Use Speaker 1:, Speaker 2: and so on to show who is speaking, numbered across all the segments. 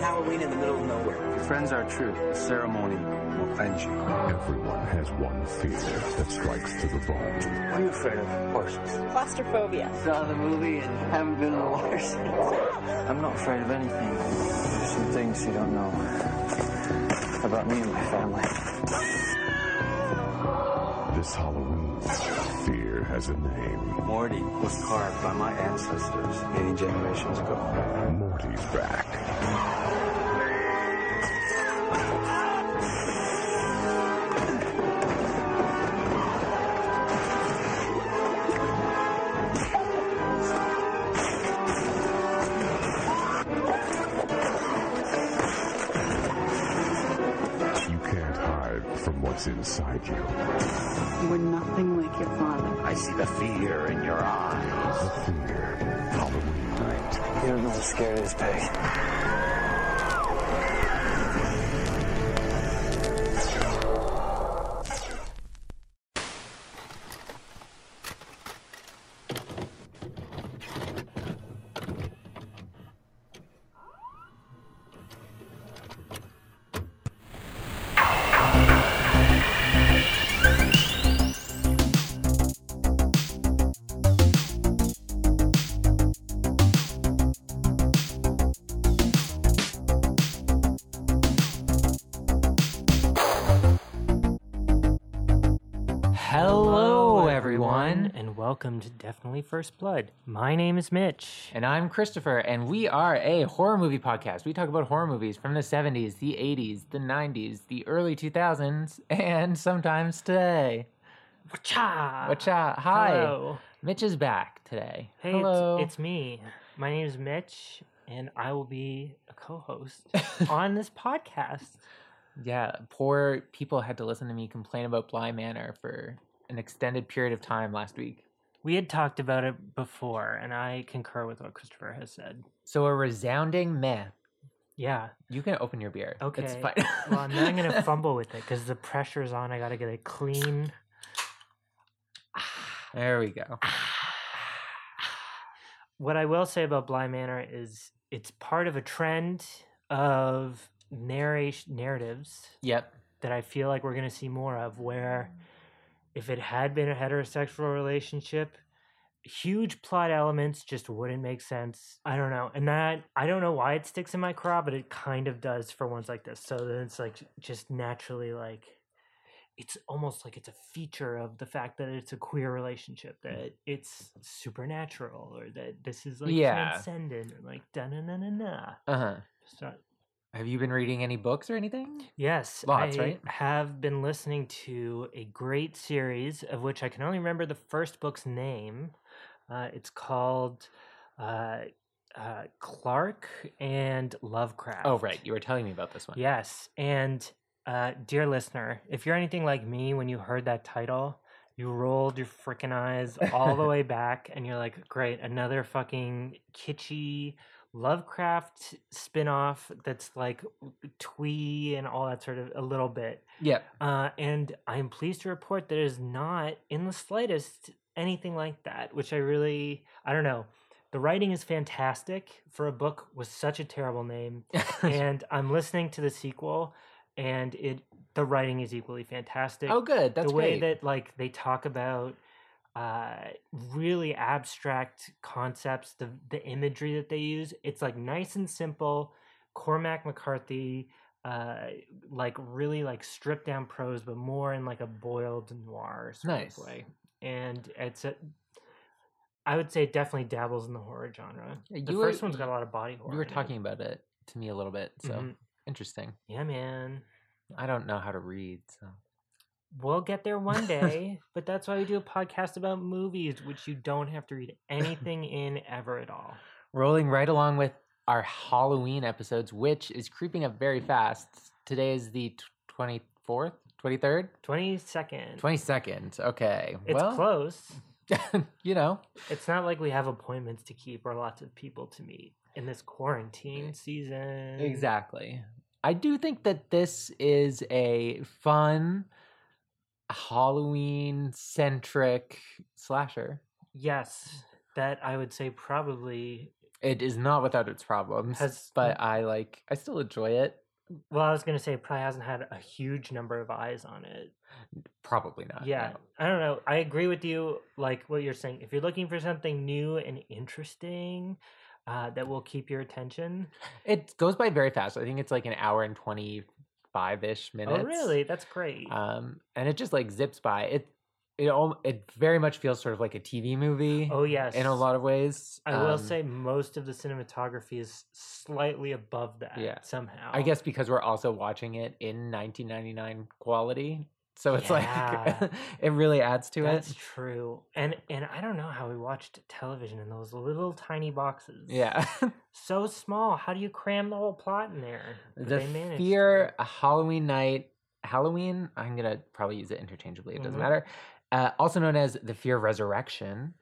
Speaker 1: Halloween in the middle of nowhere.
Speaker 2: Your friends are true. The ceremony will cleanse you.
Speaker 3: Everyone has one fear that strikes to the bone.
Speaker 2: What are you afraid of? Horses.
Speaker 4: Claustrophobia.
Speaker 5: Saw the movie and haven't been in the water since.
Speaker 2: I'm not afraid of anything. There's some things you don't know about me and my family.
Speaker 3: This Halloween, fear has a name.
Speaker 2: Morty was carved by my ancestors many generations ago.
Speaker 3: Morty's back.
Speaker 6: inside you. You were nothing like your father.
Speaker 7: I see the fear in your eyes.
Speaker 3: The fear. Halloween night.
Speaker 2: You don't know how scared this pig.
Speaker 8: welcome to Definitely First Blood. My name is Mitch.
Speaker 9: And I'm Christopher, and we are a horror movie podcast. We talk about horror movies from the 70s, the 80s, the 90s, the early 2000s, and sometimes today.
Speaker 8: Wacha!
Speaker 9: Wacha! Hi! Hello. Mitch is back today.
Speaker 8: Hey, Hello. It's, it's me. My name is Mitch, and I will be a co host on this podcast.
Speaker 9: Yeah, poor people had to listen to me complain about Bly Manor for an extended period of time last week
Speaker 8: we had talked about it before, and I concur with what Christopher has said.
Speaker 9: So a resounding meh.
Speaker 8: Yeah.
Speaker 9: You can open your beer.
Speaker 8: Okay. It's fine. well, I'm not going to fumble with it because the pressure's on. I got to get it clean.
Speaker 9: There we go.
Speaker 8: what I will say about Bly Manor is it's part of a trend of narration narratives.
Speaker 9: Yep.
Speaker 8: That I feel like we're going to see more of where if it had been a heterosexual relationship, huge plot elements just wouldn't make sense. I don't know. And that I don't know why it sticks in my craw, but it kind of does for ones like this. So then it's like just naturally like it's almost like it's a feature of the fact that it's a queer relationship that it's supernatural or that this is like yeah. transcendent or like da na na na na.
Speaker 9: Uh huh. So, have you been reading any books or anything?
Speaker 8: Yes,
Speaker 9: lots. I right?
Speaker 8: Have been listening to a great series of which I can only remember the first book's name. Uh, it's called uh, uh, Clark and Lovecraft.
Speaker 9: Oh, right. You were telling me about this one.
Speaker 8: Yes, and uh, dear listener, if you're anything like me, when you heard that title, you rolled your freaking eyes all the way back, and you're like, "Great, another fucking kitschy." Lovecraft spin-off that's like twee and all that sort of a little bit.
Speaker 9: Yeah.
Speaker 8: Uh, and I'm pleased to report that it is not in the slightest anything like that, which I really I don't know. The writing is fantastic for a book with such a terrible name. and I'm listening to the sequel and it the writing is equally fantastic.
Speaker 9: Oh good. That's
Speaker 8: the way
Speaker 9: great.
Speaker 8: that like they talk about uh, really abstract concepts, the the imagery that they use. It's like nice and simple. Cormac McCarthy, uh, like really like stripped down prose, but more in like a boiled noir sort
Speaker 9: nice.
Speaker 8: of way. And it's a, I would say it definitely dabbles in the horror genre.
Speaker 9: Uh,
Speaker 8: Yeah, the were, first one's got a lot of body horror.
Speaker 9: You were talking it. about it to me a little bit, so mm-hmm. interesting.
Speaker 8: Yeah, man.
Speaker 9: I don't know how to read, so
Speaker 8: we'll get there one day but that's why we do a podcast about movies which you don't have to read anything in ever at all
Speaker 9: rolling right along with our halloween episodes which is creeping up very fast today is the 24th 23rd
Speaker 8: 22nd
Speaker 9: 22nd okay
Speaker 8: it's well, close
Speaker 9: you know
Speaker 8: it's not like we have appointments to keep or lots of people to meet in this quarantine season
Speaker 9: exactly i do think that this is a fun Halloween centric slasher.
Speaker 8: Yes, that I would say probably
Speaker 9: It is not without its problems,
Speaker 8: Has-
Speaker 9: but I like. I still enjoy it.
Speaker 8: Well, I was gonna say it probably hasn't had a huge number of eyes on it.
Speaker 9: Probably not.
Speaker 8: yeah,
Speaker 9: no.
Speaker 8: I don't know. I agree with you, like what you're saying. If you're looking for something new and interesting, uh, that will keep your attention.
Speaker 9: it goes by very fast. I think it's like an hour and twenty five ish minutes.
Speaker 8: Oh, really? That's great.
Speaker 9: Um, and it just like zips by. It it all it very much feels sort of like a TV movie.
Speaker 8: oh yes.
Speaker 9: in a lot of ways.
Speaker 8: I will
Speaker 9: Um,
Speaker 8: say most of the cinematography is slightly above that.
Speaker 9: Yeah.
Speaker 8: Somehow.
Speaker 9: I guess because we're also watching it in 1999 quality, so it's
Speaker 8: Yeah.
Speaker 9: like it really adds to
Speaker 8: That's
Speaker 9: it.
Speaker 8: true. And and I don't know how we watched television in those little tiny boxes.
Speaker 9: Yeah,
Speaker 8: So small. How do you cram the whole plot in there? But
Speaker 9: the
Speaker 8: they managed to.
Speaker 9: fear a Halloween night, Halloween. I'm gonna probably use it interchangeably. It doesn't
Speaker 8: Mhm.
Speaker 9: matter. Uh, also known as the Fear Resurrection,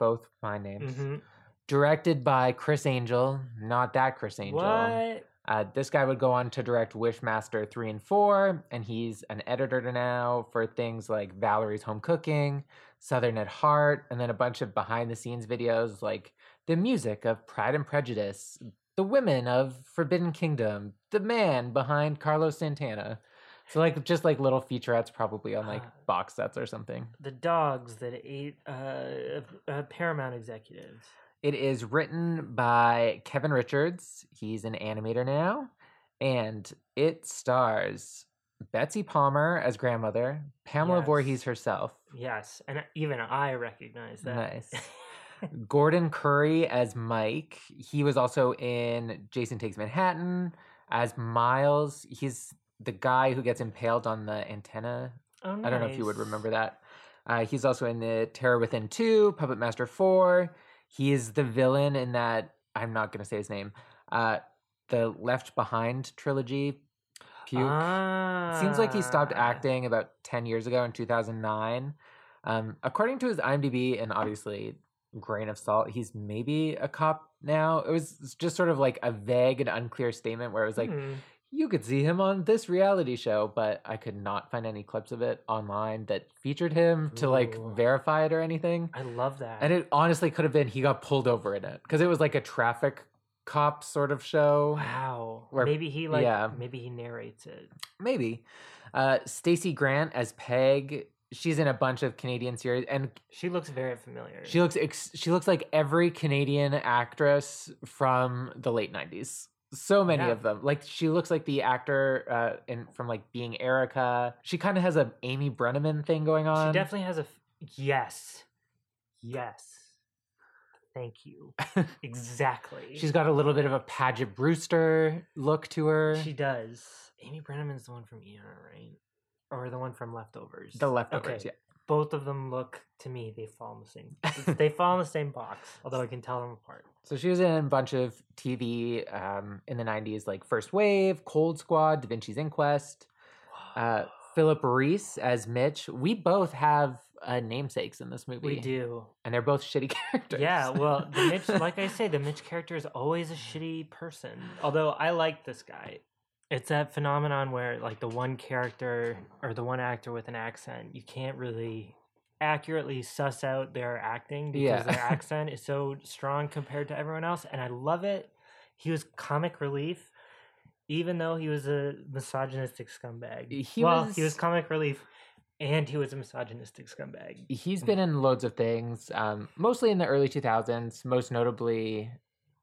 Speaker 9: both my names.
Speaker 8: Mhm.
Speaker 9: Directed by Chris Angel, not that Chris Angel.
Speaker 8: What?
Speaker 9: Uh, this guy would go on to direct Wishmaster 3 and 4, and he's an editor now for things like Valerie's Home Cooking, Southern at Heart, and then a bunch of behind the scenes videos like the music of Pride and Prejudice, the women of Forbidden Kingdom, the man behind Carlos Santana. So, like, just like little featurettes probably on like
Speaker 8: Ah.
Speaker 9: box sets or something.
Speaker 8: The dogs that ate uh, uh, Paramount executives.
Speaker 9: It is written by Kevin Richards. He's an animator now. And it stars Betsy Palmer as grandmother, Pamela
Speaker 8: Yes.
Speaker 9: Voorhees herself,
Speaker 8: Yes, and even I recognize that.
Speaker 9: Nice. Gordon Curry as Mike. He was also in Jason Takes Manhattan as Miles. He's the guy who gets impaled on the antenna
Speaker 8: oh,
Speaker 9: I don't know if you would
Speaker 8: nice.
Speaker 9: remember that. Uh, he's also in the Terror Within 2, Puppet Master 4. He is the villain in that, I'm not going to say his name, uh, the Left Behind trilogy. Puke. It Seems like he stopped
Speaker 8: Ah.
Speaker 9: acting about 10 years ago in 2009. Um, according to his IMDb, and obviously, grain of salt, he's maybe a cop now. It was just sort of like a vague and unclear statement where it was like,
Speaker 8: Hmm.
Speaker 9: you could see him on this reality show, but I could not find any clips of it online that featured him to like
Speaker 8: Ooh.
Speaker 9: verify it or anything.
Speaker 8: I love that.
Speaker 9: And it honestly could have been he got pulled over in it because it was like a traffic cop sort of show.
Speaker 8: wow.
Speaker 9: where-
Speaker 8: maybe he like
Speaker 9: yeah.
Speaker 8: maybe he narrates it.
Speaker 9: Maybe. Uh, Stacey Grant as Peg. She's in a bunch of Canadian series, and
Speaker 8: She looks very familiar.
Speaker 9: she looks ex- she looks like every Canadian actress from the late '90s. So many
Speaker 8: Oh, Yeah.
Speaker 9: of them. Like she looks like the actor uh, in from like Being Erica. She kind of has a Amy Brenneman thing going
Speaker 8: She
Speaker 9: on.
Speaker 8: definitely has a f- yes, yes. Thank you. exactly.
Speaker 9: She's got a little bit of a Paget Brewster look to her.
Speaker 8: She does. Amy Brenneman's the one from ER, right? Or the one from Leftovers.
Speaker 9: the leftovers.
Speaker 8: Okay. Both of them look to me they fall in the same. it's- they fall in the same box, although I can tell them apart.
Speaker 9: So she was in a bunch of TV um, in the 90s, like First Wave, Cold Squad, Da Vinci's Inquest, uh, Philip Reese as Mitch. We both have uh, namesakes in this movie.
Speaker 8: We do.
Speaker 9: And they're both shitty characters.
Speaker 8: Yeah, well, the Mitch, like I say, the Mitch character is always a shitty person. Although I like this guy. It's that phenomenon where, like, the one character or the one actor with an accent, you can't really accurately suss out their acting because
Speaker 9: Yeah.
Speaker 8: their accent is so strong compared to everyone else. And I love it. He was comic relief, even though he was a misogynistic scumbag.
Speaker 9: He
Speaker 8: well, he
Speaker 9: was-
Speaker 8: was comic relief and he was a misogynistic scumbag.
Speaker 9: He's been in loads of things, um, mostly in the early 2000s, most notably.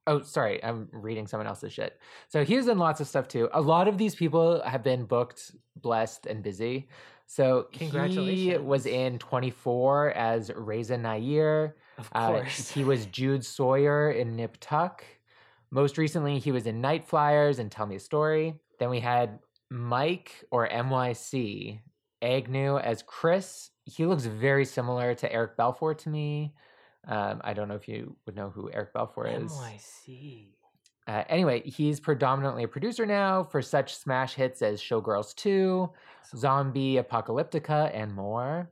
Speaker 9: Oh, sorry, I'm reading someone else's shit. So he was in lots of stuff too. A lot of these people have been booked, blessed, and busy. So he was
Speaker 8: Congratulations.
Speaker 9: in 24 as Reza Nair.
Speaker 8: Of
Speaker 9: Uh,
Speaker 8: course.
Speaker 9: he was Jude Sawyer in Nip Tuck. Most recently, he was in Night Flyers and Tell Me a Story. Then we had Mike or MYC Agnew as Chris. He looks very similar to Eric Balfour to me. Um, I don't know if you would know who Eric Balfour is.
Speaker 8: NYC.
Speaker 9: Uh, anyway, he's predominantly a producer now for such smash hits as Showgirls 2, Zombie Apocalyptica, and more.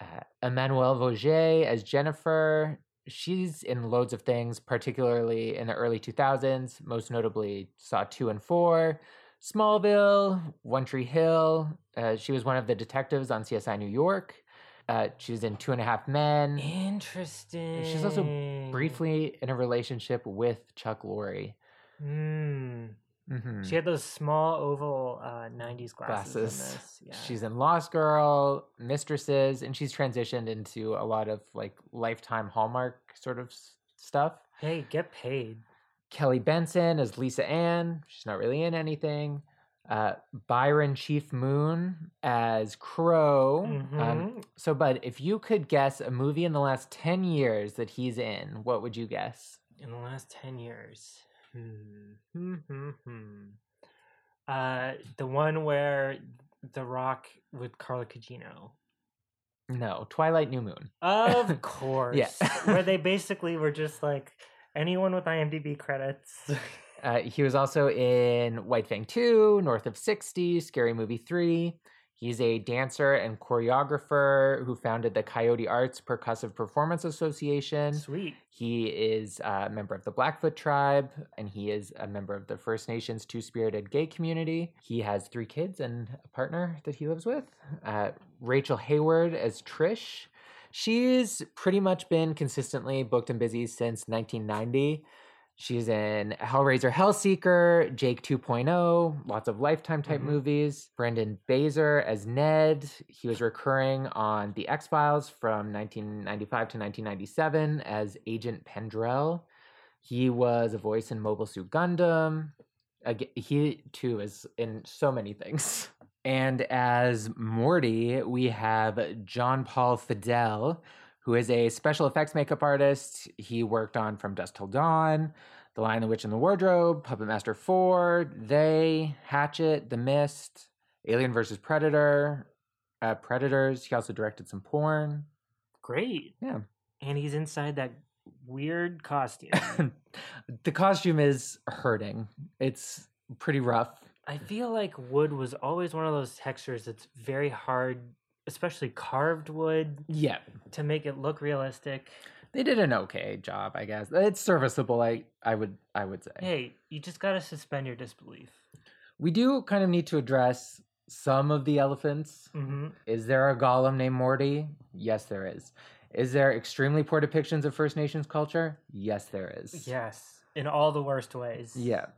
Speaker 9: Uh, Emmanuelle Vaugier as Jennifer. She's in loads of things, particularly in the early 2000s, most notably Saw 2 and 4, Smallville, One Tree Hill. Uh, she was one of the detectives on CSI New York. Uh, she was in Two and a Half Men.
Speaker 8: Interesting.
Speaker 9: she's also Briefly in a relationship with Chuck Lorre.
Speaker 8: Mm.
Speaker 9: Mhm.
Speaker 8: She had those small oval uh, 90s glasses. in
Speaker 9: Glasses.
Speaker 8: this, yeah.
Speaker 9: She's in Lost Girl, Mistresses, and she's transitioned into a lot of like lifetime Hallmark sort of s- stuff.
Speaker 8: hey, get paid.
Speaker 9: Kelly Benson as Lisa Ann. She's not really in anything. Uh, Byron Chief Moon as Crow. Um,
Speaker 8: Mhm.
Speaker 9: so, Bud, if you could guess a movie in the last 10 years that he's in, what would you guess?
Speaker 8: in the last 10 years. Hmm. Hmm, hmm, hmm. Uh, the one where The Rock with Carla Cugino.
Speaker 9: No, Twilight New Moon.
Speaker 8: Of course. where they basically were just like anyone with IMDb credits.
Speaker 9: Uh, he was also in White Fang 2, North of 60, Scary Movie 3. He's a dancer and choreographer who founded the Coyote Arts Percussive Performance Association.
Speaker 8: Sweet.
Speaker 9: He is a member of the Blackfoot tribe and he is a member of the First Nations Two Spirited gay community. He has three kids and a partner that he lives with. Uh, Rachel Hayward as Trish. She's pretty much been consistently booked and busy since 1990. She's in Hellraiser Hellseeker, Jake 2.0, lots of Lifetime type
Speaker 8: Mhm.
Speaker 9: movies. Brendan Baser as Ned. He was recurring on The X Files from 1995 to 1997 as Agent Pendrell. He was a voice in Mobile Suit Gundam. Aga- He too is in so many things. And as Morty, we have John Paul Fidel, who is a special effects makeup artist. He worked on From Dusk Till Dawn, The Lion, the Witch, and the Wardrobe, Puppet Master 4, They, Hatchet, The Mist, Alien vs. Predator, uh, Predators. He also directed some porn.
Speaker 8: Great.
Speaker 9: Yeah.
Speaker 8: And he's inside that weird costume.
Speaker 9: the costume is hurting, it's pretty rough.
Speaker 8: I feel like wood was always one of those textures that's very hard, especially carved wood,
Speaker 9: Yeah,
Speaker 8: to make it look realistic.
Speaker 9: they did an okay job, I guess. It's serviceable, I, I would I would say.
Speaker 8: Hey, you just gotta suspend your disbelief.
Speaker 9: We do kind of need to address some of the elephants.
Speaker 8: Mm-hmm.
Speaker 9: Is there a golem named Morty? Yes, there is. Is there extremely poor depictions of First Nations culture? Yes, there is.
Speaker 8: Yes, in all the worst ways.
Speaker 9: Yeah.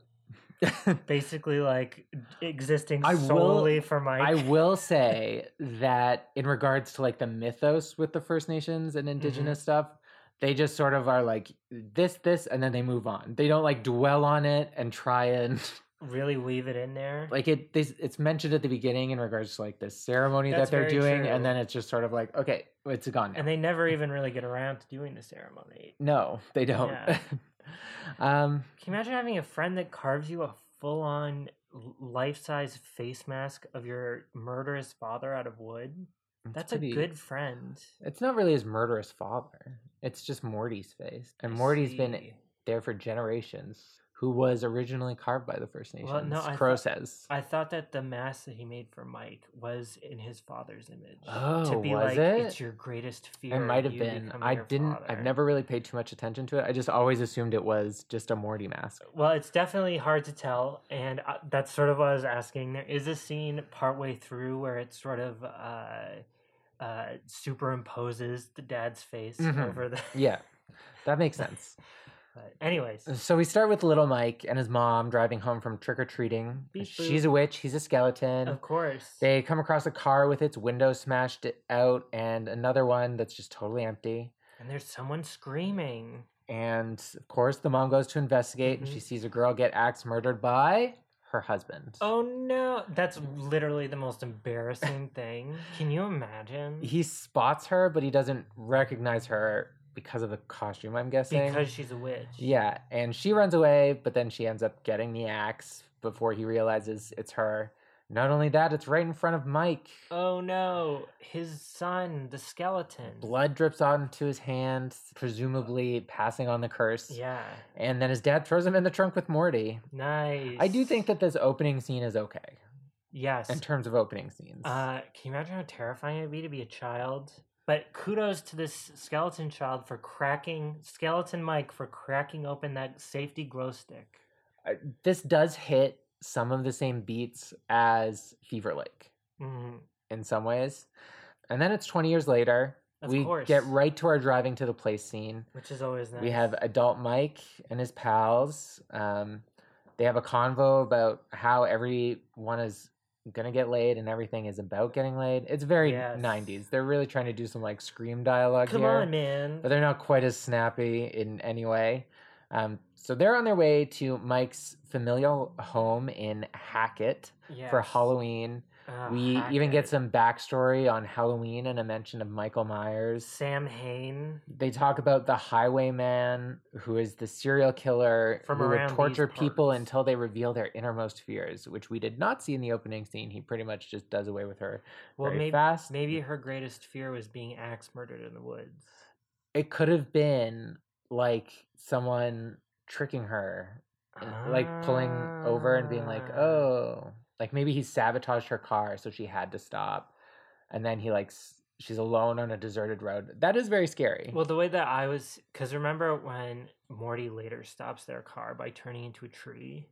Speaker 8: Basically, like existing
Speaker 9: I will-
Speaker 8: solely for Mike.
Speaker 9: I will say that in regards to like the mythos with the First Nations and indigenous stuff, they just sort of are like this, this, and then they move on. They don't like dwell on it and try and
Speaker 8: really weave it in there.
Speaker 9: like it this it's mentioned at the beginning in regards to like this ceremony
Speaker 8: That's
Speaker 9: that they're
Speaker 8: very
Speaker 9: doing
Speaker 8: true.
Speaker 9: and then it's just sort of like okay it's gone now.
Speaker 8: and they never even really get around to doing the ceremony.
Speaker 9: no they don't
Speaker 8: Yeah.
Speaker 9: um
Speaker 8: Can you imagine having a friend that carves you a full on life size face mask of your murderous father out of wood?
Speaker 9: it's
Speaker 8: That's
Speaker 9: pretty-
Speaker 8: a good friend.
Speaker 9: it's not really his murderous father it's just morty's face and
Speaker 8: I
Speaker 9: morty's been
Speaker 8: see.
Speaker 9: there for generations who was originally carved by the first nations
Speaker 8: Well, no, I
Speaker 9: crow
Speaker 8: thought-
Speaker 9: says
Speaker 8: I thought that the mask that he made for Mike was in his father's image.
Speaker 9: Oh,
Speaker 8: to be
Speaker 9: was
Speaker 8: like,
Speaker 9: it?
Speaker 8: it's your greatest fear.
Speaker 9: it might have
Speaker 8: you
Speaker 9: been
Speaker 8: becoming
Speaker 9: i
Speaker 8: your
Speaker 9: didn't i've
Speaker 8: father."
Speaker 9: never really paid too much attention to it i just always assumed it was just a morty mask
Speaker 8: Well, it's definitely hard to tell, and uh, that's sort of what I was asking. There is a scene partway through where it sort of uh, uh, superimposes the dad's face
Speaker 9: Mhm.
Speaker 8: over the.
Speaker 9: yeah that makes sense
Speaker 8: But anyways,
Speaker 9: So we start with little Mike and his mom driving home from trick or treating.
Speaker 8: Beep
Speaker 9: She's
Speaker 8: boop.
Speaker 9: a witch, he's a skeleton.
Speaker 8: of course,
Speaker 9: They come across a car with its window smashed out and another one that's just totally empty.
Speaker 8: and there's someone screaming.
Speaker 9: And of course, the mom goes to investigate and she
Speaker 8: Mm-hmm.
Speaker 9: sees a girl get axe murdered by her husband.
Speaker 8: Oh no! That's literally the most embarrassing thing. Can you imagine?
Speaker 9: He spots her, but he doesn't recognize her because of the costume, I'm guessing.
Speaker 8: because she's a witch.
Speaker 9: Yeah, and she runs away, but then she ends up getting the axe before he realizes it's her. Not only that, it's right in front of Mike.
Speaker 8: Oh no! His son, the skeleton.
Speaker 9: Blood drips onto his hand, presumably passing on the curse.
Speaker 8: Yeah.
Speaker 9: And then his dad throws him in the trunk with Morty.
Speaker 8: Nice.
Speaker 9: I do think that this opening scene is okay
Speaker 8: Yes.
Speaker 9: in terms of opening scenes.
Speaker 8: Uh, can you imagine how terrifying it'd be to be a child? But kudos to this skeleton child for cracking skeleton Mike for cracking open that safety glow stick.
Speaker 9: Uh, this does hit some of the same beats as Fever Lake
Speaker 8: Mhm.
Speaker 9: in some ways. And then it's 20 years later.
Speaker 8: Of
Speaker 9: we
Speaker 8: course.
Speaker 9: get right to our driving to the place scene.
Speaker 8: which is always nice.
Speaker 9: We have adult Mike and his pals. Um, they have a convo about how everyone is gonna get laid and everything is about getting laid. It's very
Speaker 8: Yes.
Speaker 9: 90s. They're really trying to do some like scream dialogue
Speaker 8: Come
Speaker 9: here,
Speaker 8: on, man.
Speaker 9: but they're not quite as snappy in any way. Um, so they're on their way to Mike's familial home in Hackett for
Speaker 8: Yes.
Speaker 9: Halloween.
Speaker 8: Ah,
Speaker 9: we even
Speaker 8: Hackett.
Speaker 9: get some backstory on Halloween and a mention of Michael Myers
Speaker 8: Sam Hain.
Speaker 9: they talk about the highwayman who is the serial killer
Speaker 8: From
Speaker 9: who
Speaker 8: around
Speaker 9: would
Speaker 8: these
Speaker 9: torture people
Speaker 8: parts.
Speaker 9: until they reveal their innermost fears, which we did not see in the opening scene. He pretty much just does away with her
Speaker 8: Well,
Speaker 9: very
Speaker 8: maybe
Speaker 9: fast.
Speaker 8: maybe her greatest fear was being axe murdered in the woods.
Speaker 9: It could have been like someone tricking her, and, like pulling over and being like,
Speaker 8: Ah.
Speaker 9: "Oh, like maybe he sabotaged her car, so she had to stop," and then he like s- she's alone on a deserted road. That is very scary.
Speaker 8: Well, the way that I was, because remember when Morty later stops their car by turning into a tree?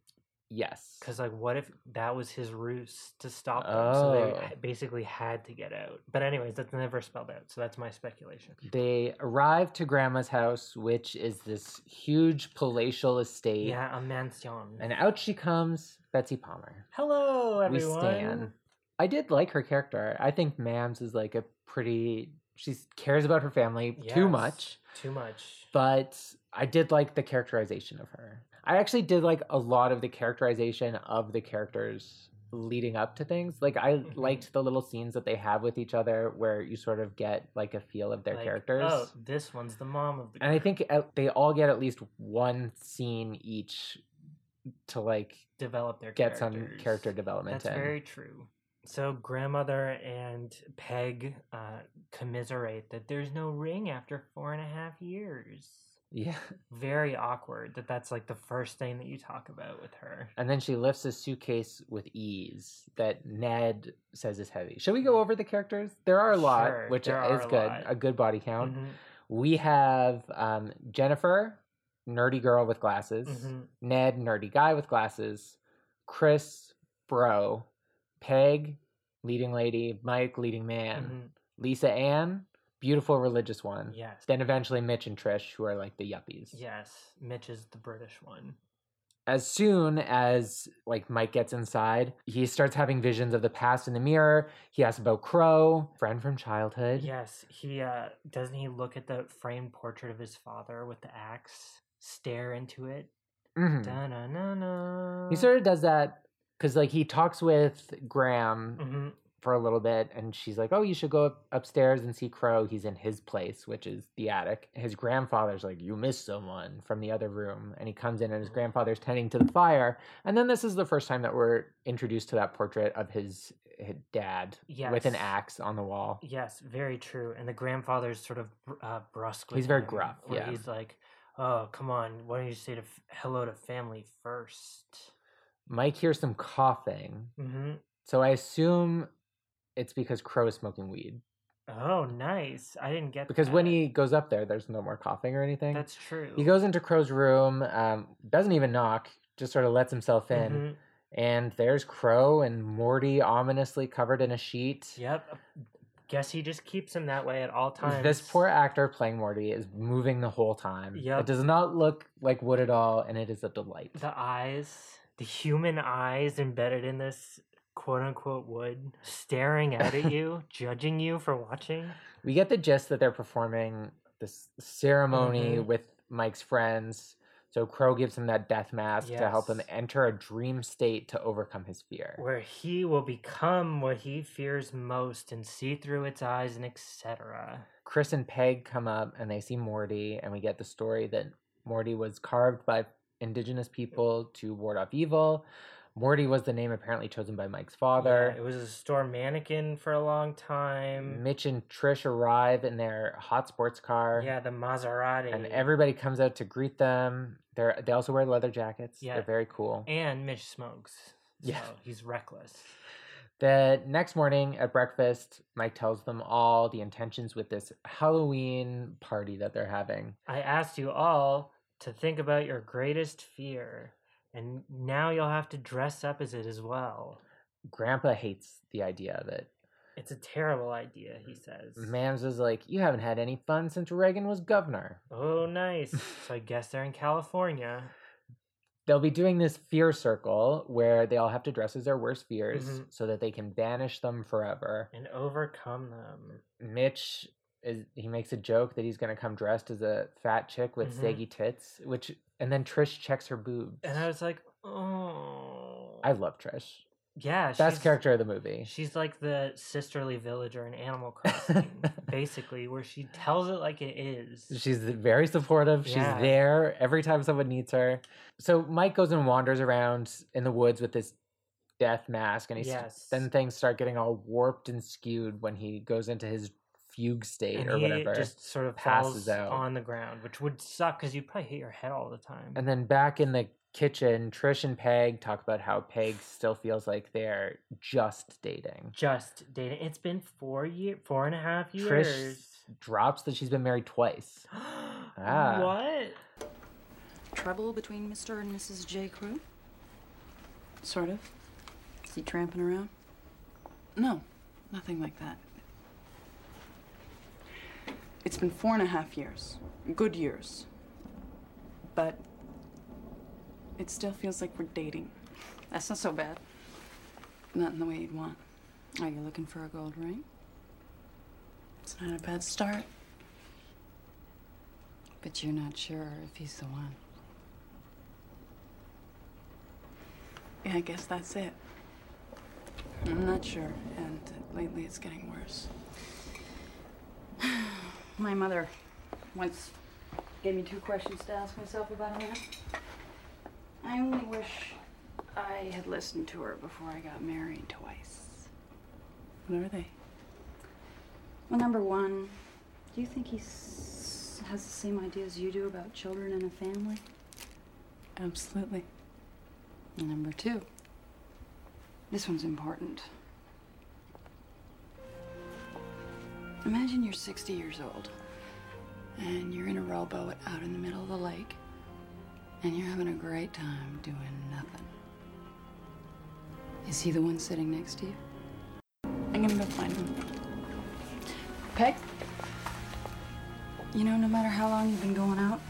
Speaker 9: yes,
Speaker 8: Because like, what if that was his ruse to stop them? So they
Speaker 9: Oh.
Speaker 8: h- basically had to get out. But anyways, that's never spelled out, so that's my speculation.
Speaker 9: They arrive to grandma's house, which is this huge palatial estate.
Speaker 8: Yeah, a mansion.
Speaker 9: And out she comes, Betsy Palmer.
Speaker 8: Hello, everyone.
Speaker 9: We stan. I did like her character. I think Mams is like a pretty she cares about her family too
Speaker 8: Yes,
Speaker 9: much,
Speaker 8: Too much.
Speaker 9: but I did like the characterization of her. I actually did like a lot of the characterization of the characters leading up to things. Like I
Speaker 8: Mhm.
Speaker 9: liked the little scenes that they have with each other where you sort of get like a feel of their
Speaker 8: Like,
Speaker 9: characters.
Speaker 8: Oh, this one's the mom of the.
Speaker 9: and I
Speaker 8: group.
Speaker 9: think at, they all get at least one scene each to like
Speaker 8: develop their
Speaker 9: get
Speaker 8: characters.
Speaker 9: some character development
Speaker 8: That's
Speaker 9: in.
Speaker 8: very true. So grandmother and Peg uh, commiserate that there's no ring after four and a half years.
Speaker 9: Yeah.
Speaker 8: Very awkward that that's like the first thing that you talk about with her.
Speaker 9: And then she lifts a suitcase with ease that Ned says is heavy. Should we go over the characters? There are a lot,
Speaker 8: Mm-hmm. Sure,
Speaker 9: which
Speaker 8: there are
Speaker 9: is
Speaker 8: a
Speaker 9: good.
Speaker 8: lot.
Speaker 9: A good body count.
Speaker 8: Mhm,
Speaker 9: We have um, Jennifer, nerdy girl with glasses.
Speaker 8: mhm.
Speaker 9: Ned, nerdy guy with glasses. Chris, bro. Peg, leading lady. Mike, leading man.
Speaker 8: Mhm.
Speaker 9: Lisa Ann, beautiful religious one.
Speaker 8: mm-hmm. Yes.
Speaker 9: Then eventually Mitch and Trish, who are like the yuppies.
Speaker 8: Yes. Mitch is the British one.
Speaker 9: As soon as like Mike gets inside, he starts having visions of the past in the mirror. He asks about Crow, friend from childhood.
Speaker 8: Yes. He uh doesn't he look at the framed portrait of his father with the axe, stare into it.
Speaker 9: Mhm.
Speaker 8: Da-na-na-na.
Speaker 9: He sort of does that because like he talks with Graham
Speaker 8: Mhm.
Speaker 9: for a little bit and she's like oh you should go up upstairs and see crow he's in his place which is the attic his grandfather's like you missed someone from the other room and he comes in and
Speaker 8: Mm-hmm.
Speaker 9: his grandfather's tending to the fire and then this is the first time that we're introduced to that portrait of his, his dad with an
Speaker 8: Yes.
Speaker 9: axe on the wall
Speaker 8: Yes, very true. And the grandfather's sort of br- uh, brusque. with
Speaker 9: He's very
Speaker 8: him,
Speaker 9: gruff,
Speaker 8: where
Speaker 9: yeah.
Speaker 8: he's like, "Oh, come on! Why don't you say to f- hello to family 1st
Speaker 9: mike hears some coughing
Speaker 8: Mm-hmm.
Speaker 9: so i assume it's because crow is smoking weed
Speaker 8: Oh, nice! I didn't get
Speaker 9: because when
Speaker 8: that.
Speaker 9: he goes up there there's no more coughing or anything
Speaker 8: that's true.
Speaker 9: he goes into crow's room um, doesn't even knock just sort of lets himself in
Speaker 8: Mhm.
Speaker 9: And there's Crow and Morty ominously covered in a sheet.
Speaker 8: Yep. Guess he just keeps him that way at all times.
Speaker 9: This poor actor playing Morty is moving the whole time.
Speaker 8: Yep.
Speaker 9: It does not look like wood at all, and it is a delight.
Speaker 8: the eyes, the human eyes embedded in this quote unquote wood, staring out at you, judging you for watching.
Speaker 9: We get the gist that they're performing this ceremony
Speaker 8: Mhm.
Speaker 9: with Mike's friends. So Crow gives him that death mask to help him
Speaker 8: Yes.
Speaker 9: enter a dream state to overcome his fear.
Speaker 8: where he will become what he fears most and see through its eyes and etc.
Speaker 9: Chris and Peg come up and they see Morty, and we get the story that Morty was carved by indigenous people to ward off evil. Morty was the name apparently chosen by Mike's father.
Speaker 8: it was a store mannequin for a long time.
Speaker 9: Mitch and Trish arrive in their hot sports car,
Speaker 8: Yeah, the Maserati.
Speaker 9: and everybody comes out to greet them. They're, they also wear leather jackets.
Speaker 8: Yeah.
Speaker 9: They're very cool.
Speaker 8: and Mitch smokes.
Speaker 9: Yeah.
Speaker 8: So he's reckless.
Speaker 9: The next morning at breakfast, Mike tells them all the intentions with this Halloween party that they're having.
Speaker 8: I asked you all to think about your greatest fear, and now you'll have to dress up as it as well.
Speaker 9: Grandpa hates the idea of it.
Speaker 8: It's a terrible idea, he says.
Speaker 9: Mams was like, You haven't had any fun since Reagan was governor.
Speaker 8: Oh, nice. so I guess they're in California.
Speaker 9: They'll be doing this fear circle where they all have to dress as their worst fears
Speaker 8: Mhm.
Speaker 9: so that they can banish them forever.
Speaker 8: and overcome them.
Speaker 9: Mitch is he makes a joke that he's gonna come dressed as a fat chick with
Speaker 8: Mhm.
Speaker 9: saggy tits, which and then Trish checks her boobs.
Speaker 8: And I was like, oh,
Speaker 9: I love Trish.
Speaker 8: yeah,
Speaker 9: Best
Speaker 8: she's-
Speaker 9: character of the movie.
Speaker 8: She's like the sisterly villager in Animal Crossing, basically, where she tells it like it is.
Speaker 9: She's very supportive.
Speaker 8: Yeah.
Speaker 9: She's there every time someone needs her. So Mike goes and wanders around in the woods with this death mask, and he's
Speaker 8: Yes.
Speaker 9: then things start getting all warped and skewed when he goes into his fugue state
Speaker 8: and
Speaker 9: or
Speaker 8: he
Speaker 9: whatever.
Speaker 8: just sort of
Speaker 9: passes
Speaker 8: passes
Speaker 9: out.
Speaker 8: on the ground, which would suck because you'd probably hit your head all the time.
Speaker 9: And then back in the kitchen, Trish and Peg talk about how Peg still feels like they're just dating.
Speaker 8: just dating. It's been four year, four and a half
Speaker 9: Trish
Speaker 8: years.
Speaker 9: drops that she's been married twice. Ah.
Speaker 8: What?
Speaker 1: Trouble between Mr. and Mrs. J. Crew?
Speaker 6: Sort of. Is he tramping around? No, nothing like that. It's been four and a half years, good years. But it still feels like we're dating.
Speaker 1: That's not so bad.
Speaker 6: Not in the way you'd want.
Speaker 1: Are you looking for a gold ring?
Speaker 6: It's not a bad start.
Speaker 1: But you're not sure if he's the one.
Speaker 6: Yeah, I guess that's it. I'm not sure, and lately it's getting worse.
Speaker 1: My mother once gave me two questions to ask myself about a man.
Speaker 6: I only wish I had listened to her before I got married twice. What are they?
Speaker 1: Well, number one, do you think he s- has the same ideas you do about children and a family?
Speaker 6: Absolutely.
Speaker 1: And number two, this one's important. Imagine you're 60 years old and you're in a rowboat out in the middle of the lake and you're having a great time doing nothing. Is he the one sitting next to you?
Speaker 6: I'm gonna go find him.
Speaker 1: Peg? You know, no matter how long you've been going out,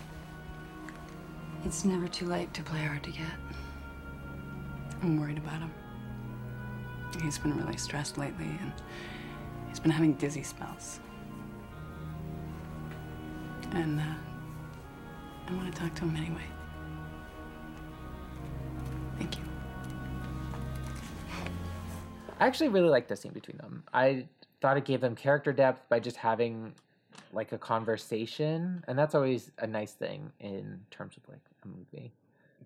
Speaker 1: it's never too late to play hard to get.
Speaker 6: I'm worried about him. He's been really stressed lately, and he's been having dizzy spells. And uh, I want to talk to him anyway. Thank you.
Speaker 9: I actually really liked the scene between them. I thought it gave them character depth by just having like a conversation, and that's always a nice thing in terms of like a movie.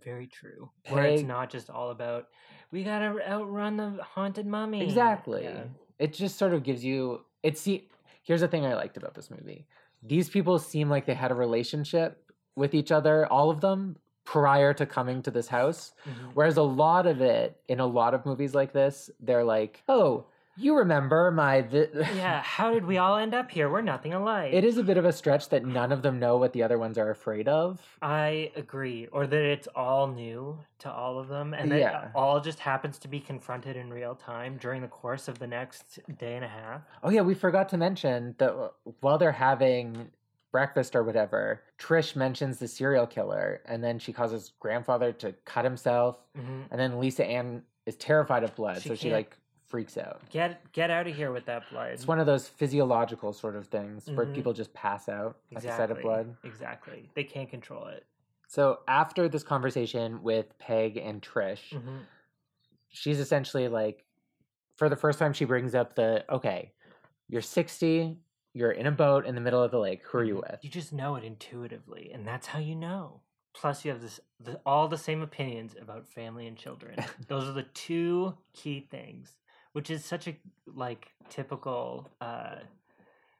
Speaker 8: Very true. Where it's
Speaker 9: Peg-
Speaker 8: not just all about we gotta outrun the haunted mummy.
Speaker 9: Exactly.
Speaker 8: Yeah.
Speaker 9: It just sort of gives you it see here's the thing I liked about this movie. These people seem like they had a relationship with each other, all of them, prior to coming to this house.
Speaker 8: Mhm.
Speaker 9: Whereas a lot of it in a lot of movies like this, they're like, "Oh, you remember my thi-
Speaker 8: yeah. How did we all end up here? We're nothing alike.
Speaker 9: It is a bit of a stretch that none of them know what the other ones are afraid of.
Speaker 8: I agree, or that it's all new to all of them, and that
Speaker 9: Yeah.
Speaker 8: all just happens to be confronted in real time during the course of the next day and a half.
Speaker 9: Oh yeah, we forgot to mention that while they're having breakfast or whatever, Trish mentions the serial killer, and then she causes grandfather to cut himself,
Speaker 8: Mhm.
Speaker 9: and then Lisa Ann is terrified of blood,
Speaker 8: She
Speaker 9: so she
Speaker 8: can't-
Speaker 9: like freaks out.
Speaker 8: Get get out of here with that blood.
Speaker 9: It's one of those physiological sort of things where
Speaker 8: Mhm.
Speaker 9: people just pass out at the sight of blood.
Speaker 8: Exactly. They can't control it.
Speaker 9: So after this conversation with Peg and Trish,
Speaker 8: Mhm.
Speaker 9: she's essentially like for the first time she brings up the okay you're 60 you're in a boat in the middle of the lake who are you with
Speaker 8: You just know it intuitively, and that's how you know. Plus, you have this the, all the same opinions about family and children. Those are the two key things, which is such a like typical, uh,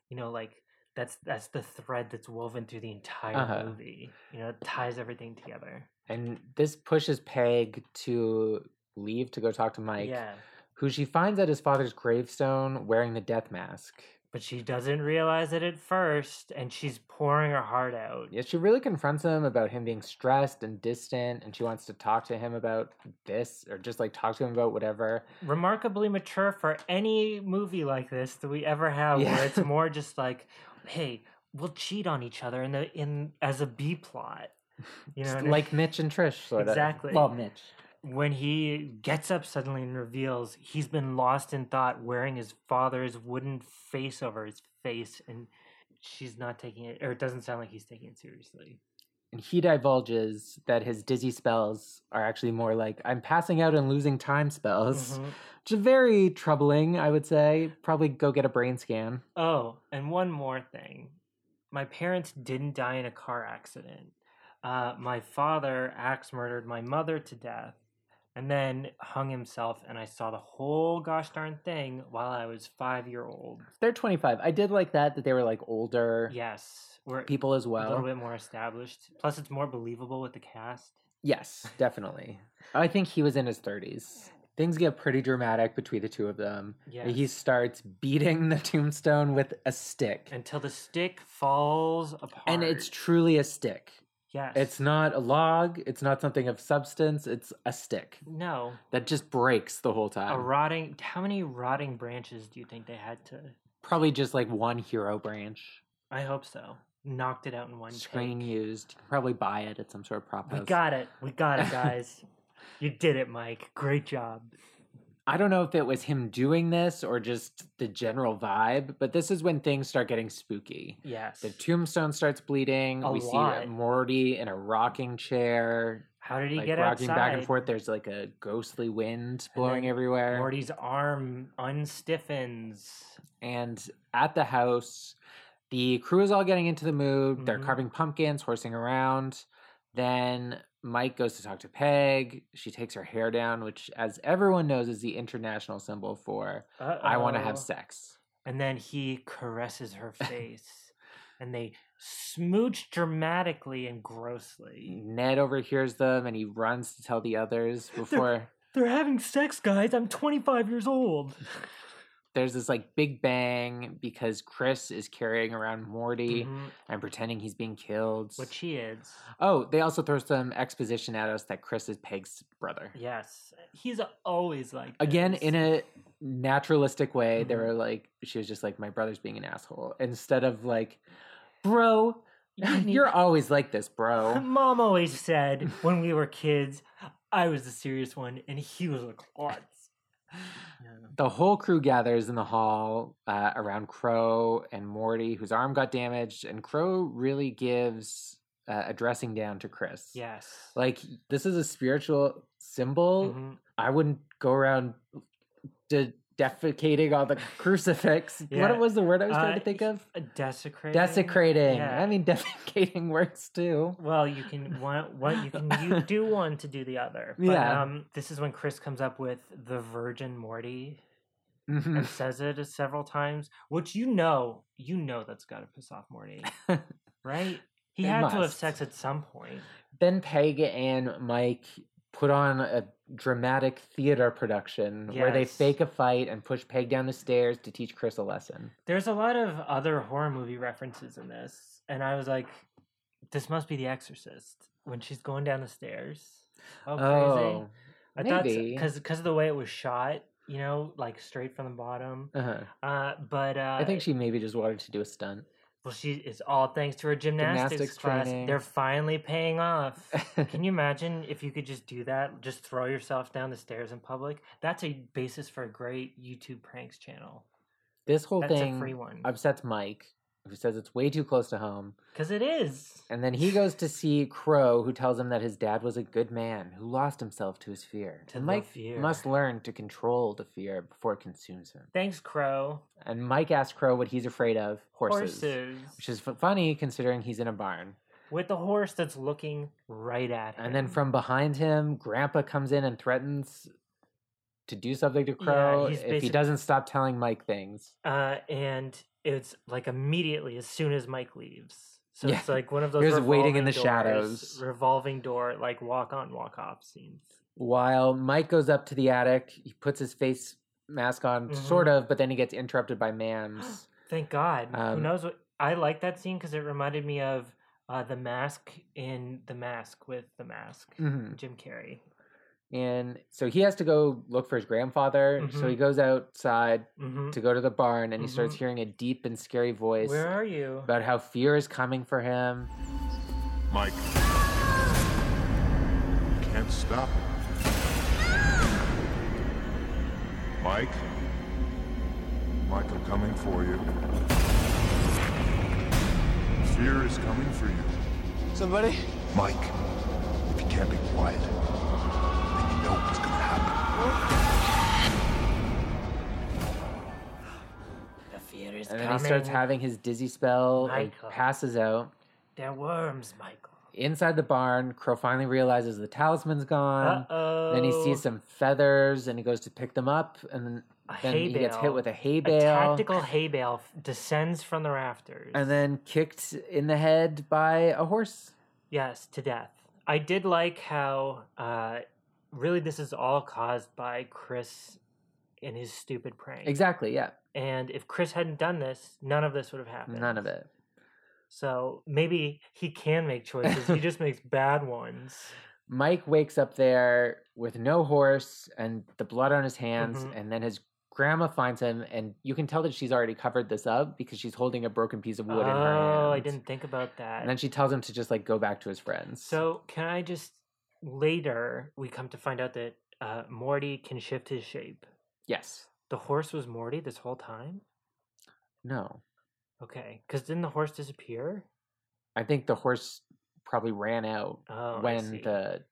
Speaker 8: you know, like that's that's the thread that's woven through the entire
Speaker 9: Uh-huh.
Speaker 8: movie. You know, it ties everything together.
Speaker 9: and this pushes peg to leave to go talk to mike
Speaker 8: yeah,
Speaker 9: who she finds at his father's gravestone wearing the death mask
Speaker 8: but she doesn't realize it at first, and she's pouring her heart out.
Speaker 9: Yeah, she really confronts him about him being stressed and distant, and she wants to talk to him about this or just like talk to him about whatever.
Speaker 8: Remarkably mature for any movie like this that we ever have,
Speaker 9: Yeah.
Speaker 8: where it's more just like, hey, we'll cheat on each other in the in as a B plot. You know,
Speaker 9: Just
Speaker 8: and
Speaker 9: like Mitch and Trish, sort of.
Speaker 8: Exactly.
Speaker 9: Well, Mitch.
Speaker 8: when he gets up suddenly and reveals he's been lost in thought wearing his father's wooden face over his face and she's not taking it or it doesn't sound like he's taking it seriously
Speaker 9: And he divulges that his dizzy spells are actually more like I'm passing out and losing time spells,
Speaker 8: Mhm.
Speaker 9: which is very troubling, I would say. Probably go get a brain scan.
Speaker 8: oh and one more thing my parents didn't die in a car accident uh, my father axe murdered my mother to death and then hung himself and i saw the whole gosh darn thing while i was five year old
Speaker 9: They're 25. I did like that that they were like older
Speaker 8: yes we're
Speaker 9: people as
Speaker 8: a little
Speaker 9: well.
Speaker 8: bit more established plus it's more believable with the cast
Speaker 9: Yes, definitely. I think he was in his 30s. Things get pretty dramatic between the two of them.
Speaker 8: Yes.
Speaker 9: He starts beating the tombstone with a stick. And,
Speaker 8: until the stick falls apart.
Speaker 9: it's truly a stick.
Speaker 8: yes,
Speaker 9: It's not a log, it's not something of substance, it's a stick
Speaker 8: no
Speaker 9: that just breaks the whole time.
Speaker 8: a rotting. How many rotting branches do you think they had to?
Speaker 9: Probably just like one hero branch.
Speaker 8: I hope so. Knocked it out in one
Speaker 9: Screen
Speaker 8: take.
Speaker 9: used. You can probably buy it at some sort of prop
Speaker 8: We
Speaker 9: house.
Speaker 8: got it. We got it, guys. you did it, Mike. Great job.
Speaker 9: I don't know if it was him doing this or just the general vibe, but this is when things start getting spooky.
Speaker 8: Yes.
Speaker 9: The tombstone starts bleeding.
Speaker 8: A
Speaker 9: we see
Speaker 8: lot.
Speaker 9: Morty in a rocking chair,
Speaker 8: How did he
Speaker 9: like
Speaker 8: get
Speaker 9: rocking
Speaker 8: outside?
Speaker 9: back and forth. There's like a ghostly wind blowing
Speaker 8: then
Speaker 9: everywhere.
Speaker 8: Morty's arm unstiffens.
Speaker 9: And at the house, the crew is all getting into the mood. They're
Speaker 8: Mhm.
Speaker 9: carving pumpkins, horsing around. Then Mike goes to talk to Peg. She takes her hair down, which, as everyone knows, is the international symbol for
Speaker 8: uh
Speaker 9: I want to have sex.
Speaker 8: And then he caresses her face, and they smooch dramatically and grossly.
Speaker 9: Ned overhears them and he runs to tell the others before.
Speaker 8: They're having sex, guys. I'm 25 years old.
Speaker 9: there's this like big bang because Chris is carrying around Morty
Speaker 8: Mhm,
Speaker 9: and pretending he's being killed.
Speaker 8: Which he is.
Speaker 9: oh, they also throw some exposition at us that Chris is Peg's brother.
Speaker 8: Yes. He's always like
Speaker 9: Again, in
Speaker 8: this.
Speaker 9: a naturalistic way, they
Speaker 8: Mhm.
Speaker 9: were like, she was just like, my brother's being an asshole. Instead of like, bro,
Speaker 8: You need-
Speaker 9: you're always like this, bro.
Speaker 8: Mom always said when we were kids, I was the serious one and he was a klutz. Yeah.
Speaker 9: The whole crew gathers in the hall uh, around Crow and Morty, whose arm got damaged, and Crow really gives uh, a dressing down to Chris.
Speaker 8: Yes.
Speaker 9: like this is a spiritual symbol
Speaker 8: Mhm.
Speaker 9: i wouldn't go around de- defecating on the crucifix
Speaker 8: Yeah.
Speaker 9: what was the word i was trying
Speaker 8: Uh,
Speaker 9: to think of
Speaker 8: A Desecrating.
Speaker 9: desecrating
Speaker 8: Yeah.
Speaker 9: i mean defecating works too
Speaker 8: Well, you can one, what you can you do one to do the other. But,
Speaker 9: Yeah.
Speaker 8: Um, this is when Chris comes up with the Virgin Morty
Speaker 9: Mhm.
Speaker 8: and says it several times, which you know, you know that's got to piss off Morty, right? He
Speaker 9: It
Speaker 8: had to have
Speaker 9: must.
Speaker 8: sex at some point.
Speaker 9: then peg and mike put on a dramatic theater production where they
Speaker 8: Yes.
Speaker 9: fake a fight and push peg down the stairs to teach chris a lesson
Speaker 8: There's a lot of other horror movie references in this, and I was like, this must be The Exorcist when she's going down the stairs. Oh, crazy! I thought
Speaker 9: maybe.
Speaker 8: because because of the way it was shot, you know, like straight from the bottom.
Speaker 9: uh-huh.
Speaker 8: Uh, but uh,
Speaker 9: i think she maybe just wanted to do a stunt
Speaker 8: well, she it's all thanks to her gymnastics,
Speaker 9: Gymnastics
Speaker 8: class.
Speaker 9: training.
Speaker 8: They're finally paying off. Can you imagine if you could just do that? Just throw yourself down the stairs in public. That's a basis for a great YouTube pranks channel.
Speaker 9: this whole
Speaker 8: That's
Speaker 9: thing
Speaker 8: a free one
Speaker 9: upsets Mike, who says it's way too close to home.
Speaker 8: because it is.
Speaker 9: And then he goes to see Crow, who tells him that his dad was a good man who lost himself to his fear.
Speaker 8: To
Speaker 9: and
Speaker 8: the
Speaker 9: Mike
Speaker 8: fear.
Speaker 9: must learn to control the fear before it consumes him.
Speaker 8: Thanks, Crow.
Speaker 9: And Mike asks Crow what he's afraid of horses.
Speaker 8: Horses,
Speaker 9: Which is f- funny considering he's in a barn.
Speaker 8: with the horse that's looking right at him.
Speaker 9: And then from behind him, Grandpa comes in and threatens to do something to
Speaker 8: Yeah,
Speaker 9: Crow
Speaker 8: he's
Speaker 9: if he
Speaker 8: basic-
Speaker 9: doesn't stop telling Mike things.
Speaker 8: uh, and it's like immediately as soon as Mike leaves. So
Speaker 9: Yeah.
Speaker 8: it's like one of those
Speaker 9: Here's waiting in
Speaker 8: revolving
Speaker 9: the
Speaker 8: doors-
Speaker 9: shadows.
Speaker 8: revolving door like walk on, walk off scenes.
Speaker 9: while Mike goes up
Speaker 8: Mm-hmm.
Speaker 9: to the attic, he puts his face mask on, sort of, but then he gets interrupted by Mams.
Speaker 8: Thank God. Who
Speaker 9: Um,
Speaker 8: knows what I like that scene because it reminded me of uh, the mask in the mask with the mask.
Speaker 9: Mhm.
Speaker 8: Jim Carrey.
Speaker 9: And so he has to go look for his grandfather. So
Speaker 8: Mm-hmm.
Speaker 9: he goes outside
Speaker 8: hmm
Speaker 9: to go to the barn and he starts
Speaker 8: Mhm.
Speaker 9: hearing a deep and scary voice
Speaker 8: Where are you?
Speaker 9: about how fear is coming for him.
Speaker 3: Mike. Can't stop it. Mike. Mike, I'm coming for you. Fear is coming for you.
Speaker 2: Somebody?
Speaker 3: Mike, if you can't be quiet, then you know what's gonna happen.
Speaker 8: The fear is
Speaker 9: And
Speaker 8: coming.
Speaker 9: then he starts having his dizzy spell and
Speaker 8: Michael.
Speaker 9: passes out.
Speaker 8: They're worms, Michael.
Speaker 9: Inside the barn, Crow finally realizes the talisman's gone.
Speaker 8: Uh-oh.
Speaker 9: Um, Then he sees some feathers and he goes to pick them up and then,
Speaker 8: A
Speaker 9: then
Speaker 8: hay
Speaker 9: he gets hit
Speaker 8: bale.
Speaker 9: with a hay
Speaker 8: A
Speaker 9: bale.
Speaker 8: tactical hay bale f- descends from the rafters.
Speaker 9: and then kicked in the head by a horse.
Speaker 8: Yes, to death. I did like how uh, really this is all caused by Chris and his stupid prank.
Speaker 9: Exactly, yeah.
Speaker 8: And if Chris hadn't done this, none of this would have happened.
Speaker 9: None of it.
Speaker 8: So maybe he can make choices. he just makes bad ones.
Speaker 9: Mike wakes up there with no horse and the blood on his hands,
Speaker 8: Mhm.
Speaker 9: and then his grandma finds him, and you can tell that she's already covered this up because she's holding a broken piece of wood in her hand.
Speaker 8: oh, I didn't think about that.
Speaker 9: And then she tells him to just like go back to his friends.
Speaker 8: So can I just later we come to find out that uh, Morty can shift his shape.
Speaker 9: yes,
Speaker 8: The horse was Morty this whole time.
Speaker 9: no,
Speaker 8: Okay, because didn't the horse disappear?
Speaker 9: I think the horse probably ran out
Speaker 8: Oh, I
Speaker 9: when
Speaker 8: see.
Speaker 9: the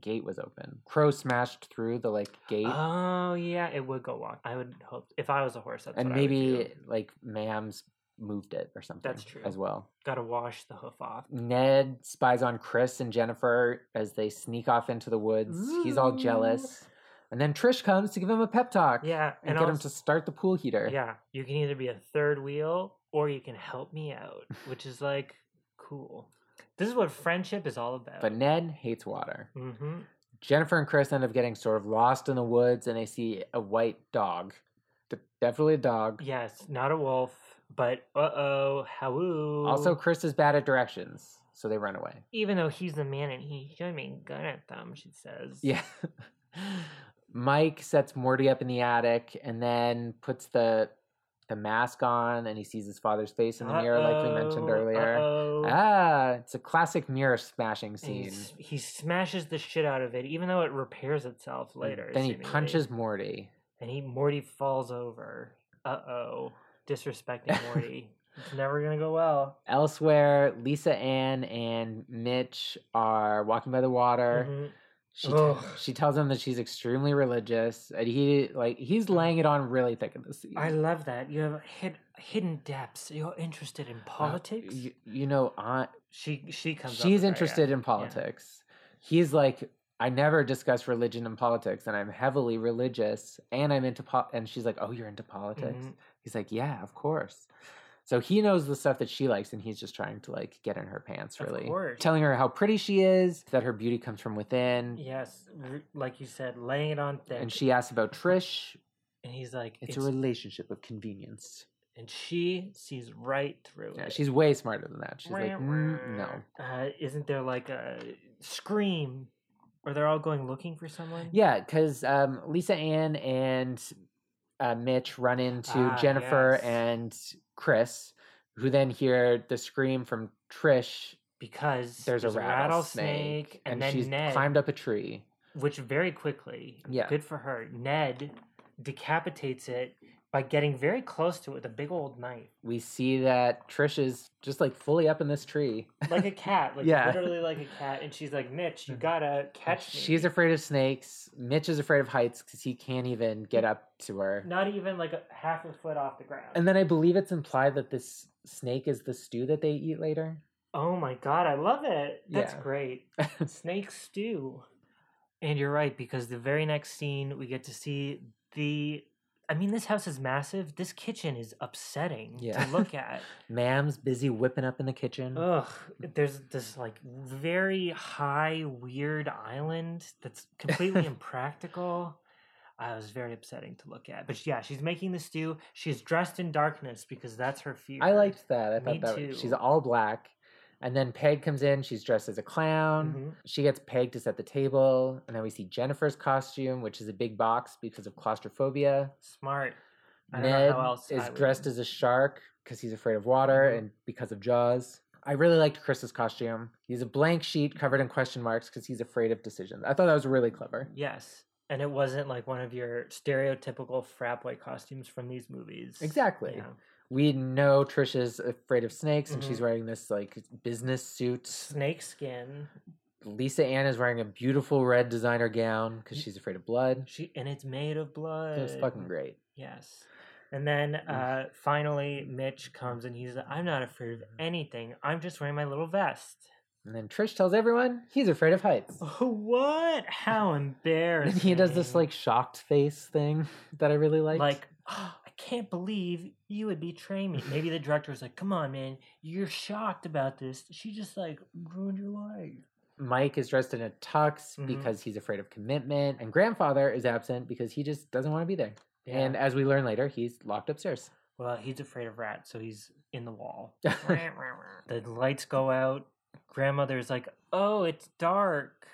Speaker 9: gate was open. Crow smashed through the like gate,
Speaker 8: Oh yeah, it would go walk. I would hope if I was a horse, that's
Speaker 9: and
Speaker 8: what I would do.
Speaker 9: maybe like Mams moved it or something.
Speaker 8: true.
Speaker 9: as well.
Speaker 8: gotta wash the hoof off.
Speaker 9: Ned spies on Chris and Jennifer as they sneak off into the woods. He's all jealous. And then Trish comes to give him a pep talk.
Speaker 8: Yeah,
Speaker 9: And,
Speaker 8: and
Speaker 9: get him
Speaker 8: also-
Speaker 9: to start the pool heater.
Speaker 8: Yeah, you can either be a third wheel or you can help me out, which is like cool. This is what friendship is all about.
Speaker 9: But Ned hates water.
Speaker 8: mm-hmm.
Speaker 9: Jennifer and Chris end up getting sort of lost in the woods and they see a white dog. De- definitely a dog.
Speaker 8: Yes, not a wolf, but uh oh, howoo.
Speaker 9: Also, Chris is bad at directions, so they run away.
Speaker 8: even though he's the man and he should be good at them, she says.
Speaker 9: Yeah. Mike sets Morty up in the attic and then puts the the mask on and he sees his father's face in the mirror like we mentioned
Speaker 8: Uh-oh,
Speaker 9: earlier.
Speaker 8: uh-oh.
Speaker 9: Ah, it's a classic mirror smashing
Speaker 8: And he,
Speaker 9: scene.
Speaker 8: s- he smashes the shit out of it, even though it repairs itself
Speaker 9: And
Speaker 8: later.
Speaker 9: Then he
Speaker 8: seemingly.
Speaker 9: punches Morty.
Speaker 8: and he Morty falls over. Uh oh, disrespecting Morty. it's never gonna go well.
Speaker 9: Elsewhere, Lisa Ann and Mitch are walking by the water.
Speaker 8: Mhm.
Speaker 9: She t-
Speaker 8: Ugh.
Speaker 9: she tells him that she's extremely religious, and he like he's laying it on really thick in the scene.
Speaker 8: I love that you have hid, hidden depths. You're interested in
Speaker 9: Uh,
Speaker 8: politics.
Speaker 9: You, you know, Aunt
Speaker 8: she she comes. up with
Speaker 9: she's
Speaker 8: her,
Speaker 9: interested
Speaker 8: yeah.
Speaker 9: in
Speaker 8: Yeah.
Speaker 9: politics. He's like, I never discuss religion and politics, and I'm heavily religious, and I'm into po-. And she's like, Oh, you're into politics.
Speaker 8: Mhm.
Speaker 9: He's like, Yeah, of course. So he knows the stuff that she likes, and he's just trying to like get in her pants,
Speaker 8: Of
Speaker 9: really,
Speaker 8: course.
Speaker 9: telling her how pretty she is, that her beauty comes from within.
Speaker 8: Yes, r- like you said, laying it on thick.
Speaker 9: And she asks about Trish.
Speaker 8: and he's like,
Speaker 9: It's, a relationship of convenience.
Speaker 8: and she sees right through
Speaker 9: Yeah,
Speaker 8: it.
Speaker 9: she's way smarter than that. She's like,
Speaker 8: Wah,
Speaker 9: "Mm, no.
Speaker 8: wah. Uh, isn't there like a scream? Or they're all going looking for someone?
Speaker 9: Yeah, because um, Lisa Ann and uh, Mitch run into
Speaker 8: Ah,
Speaker 9: Jennifer
Speaker 8: yes.
Speaker 9: and Chris, who then hear the scream from Trish.
Speaker 8: Because
Speaker 9: There's, a rattlesnake,
Speaker 8: and, then
Speaker 9: she's
Speaker 8: Ned,
Speaker 9: climbed up a tree.
Speaker 8: which very quickly,
Speaker 9: Yeah.
Speaker 8: good for her. Ned decapitates it by getting very close to it with a big old knife,
Speaker 9: We see that Trish is just like fully up in this tree.
Speaker 8: like a cat, like
Speaker 9: Yeah. Mm.
Speaker 8: literally like a cat. And she's like, "Mitch, you gotta catch me."
Speaker 9: She's afraid of snakes. Mitch is afraid of heights because he can't even get up to her.
Speaker 8: not even like a half a foot off the ground.
Speaker 9: And then I believe it's implied that this snake is the stew that they eat later.
Speaker 8: Oh my god, I love it. That's
Speaker 9: Yeah.
Speaker 8: great. Snake stew. And you're right, because the very next scene we get to see the I mean, this house is massive. This kitchen is upsetting
Speaker 9: Yeah.
Speaker 8: to look at.
Speaker 9: Mam's busy whipping up in the kitchen.
Speaker 8: Ugh. There's this like very high, weird island that's completely impractical. Uh, it was very upsetting to look at. But yeah, she's making the stew. She's dressed in darkness because that's her fear.
Speaker 9: I liked that. I thought
Speaker 8: Me
Speaker 9: that
Speaker 8: too.
Speaker 9: she's all black. And then Peg comes in. She's dressed as a clown.
Speaker 8: Mhm.
Speaker 9: She gets Peg to set the table. And then we see Jennifer's costume, which is a big box because of claustrophobia.
Speaker 8: Smart. I don't know
Speaker 9: Ned
Speaker 8: how else
Speaker 9: is
Speaker 8: I would-
Speaker 9: dressed as a shark because he's afraid of water
Speaker 8: Mhm.
Speaker 9: and because of Jaws. I really liked Chris's costume. He's a blank sheet covered in question marks because he's afraid of decisions. I thought that was really clever.
Speaker 8: Yes. And it wasn't like one of your stereotypical frat boy costumes from these movies.
Speaker 9: Exactly.
Speaker 8: Yeah.
Speaker 9: We know Trisha's afraid of snakes and she's
Speaker 8: Mhm.
Speaker 9: wearing this like business suit.
Speaker 8: Snake skin.
Speaker 9: Lisa Ann is wearing a beautiful red designer gown because she's afraid of blood.
Speaker 8: She and it's made of blood.
Speaker 9: It was fucking great.
Speaker 8: Yes. And then uh, finally, Mitch comes and he's like, I'm not afraid of anything. I'm just wearing my little vest.
Speaker 9: And then Trish tells everyone he's afraid of heights.
Speaker 8: what? How
Speaker 9: And
Speaker 8: embarrassing.
Speaker 9: he does this like shocked face thing that I really liked.
Speaker 8: like "Oh, I can't believe you would betray me. Maybe the director was like, "Come on, man, you're shocked about this. She just like ruined your life."
Speaker 9: Mike is dressed in a tux
Speaker 8: Mhm.
Speaker 9: because he's afraid of commitment, and grandfather is absent because he just doesn't want to be there. And
Speaker 8: Yeah.
Speaker 9: as we learn later, he's locked upstairs.
Speaker 8: Well, he's afraid of rats, so he's in the wall. the lights go out. Grandmother's like, "Oh, it's dark,"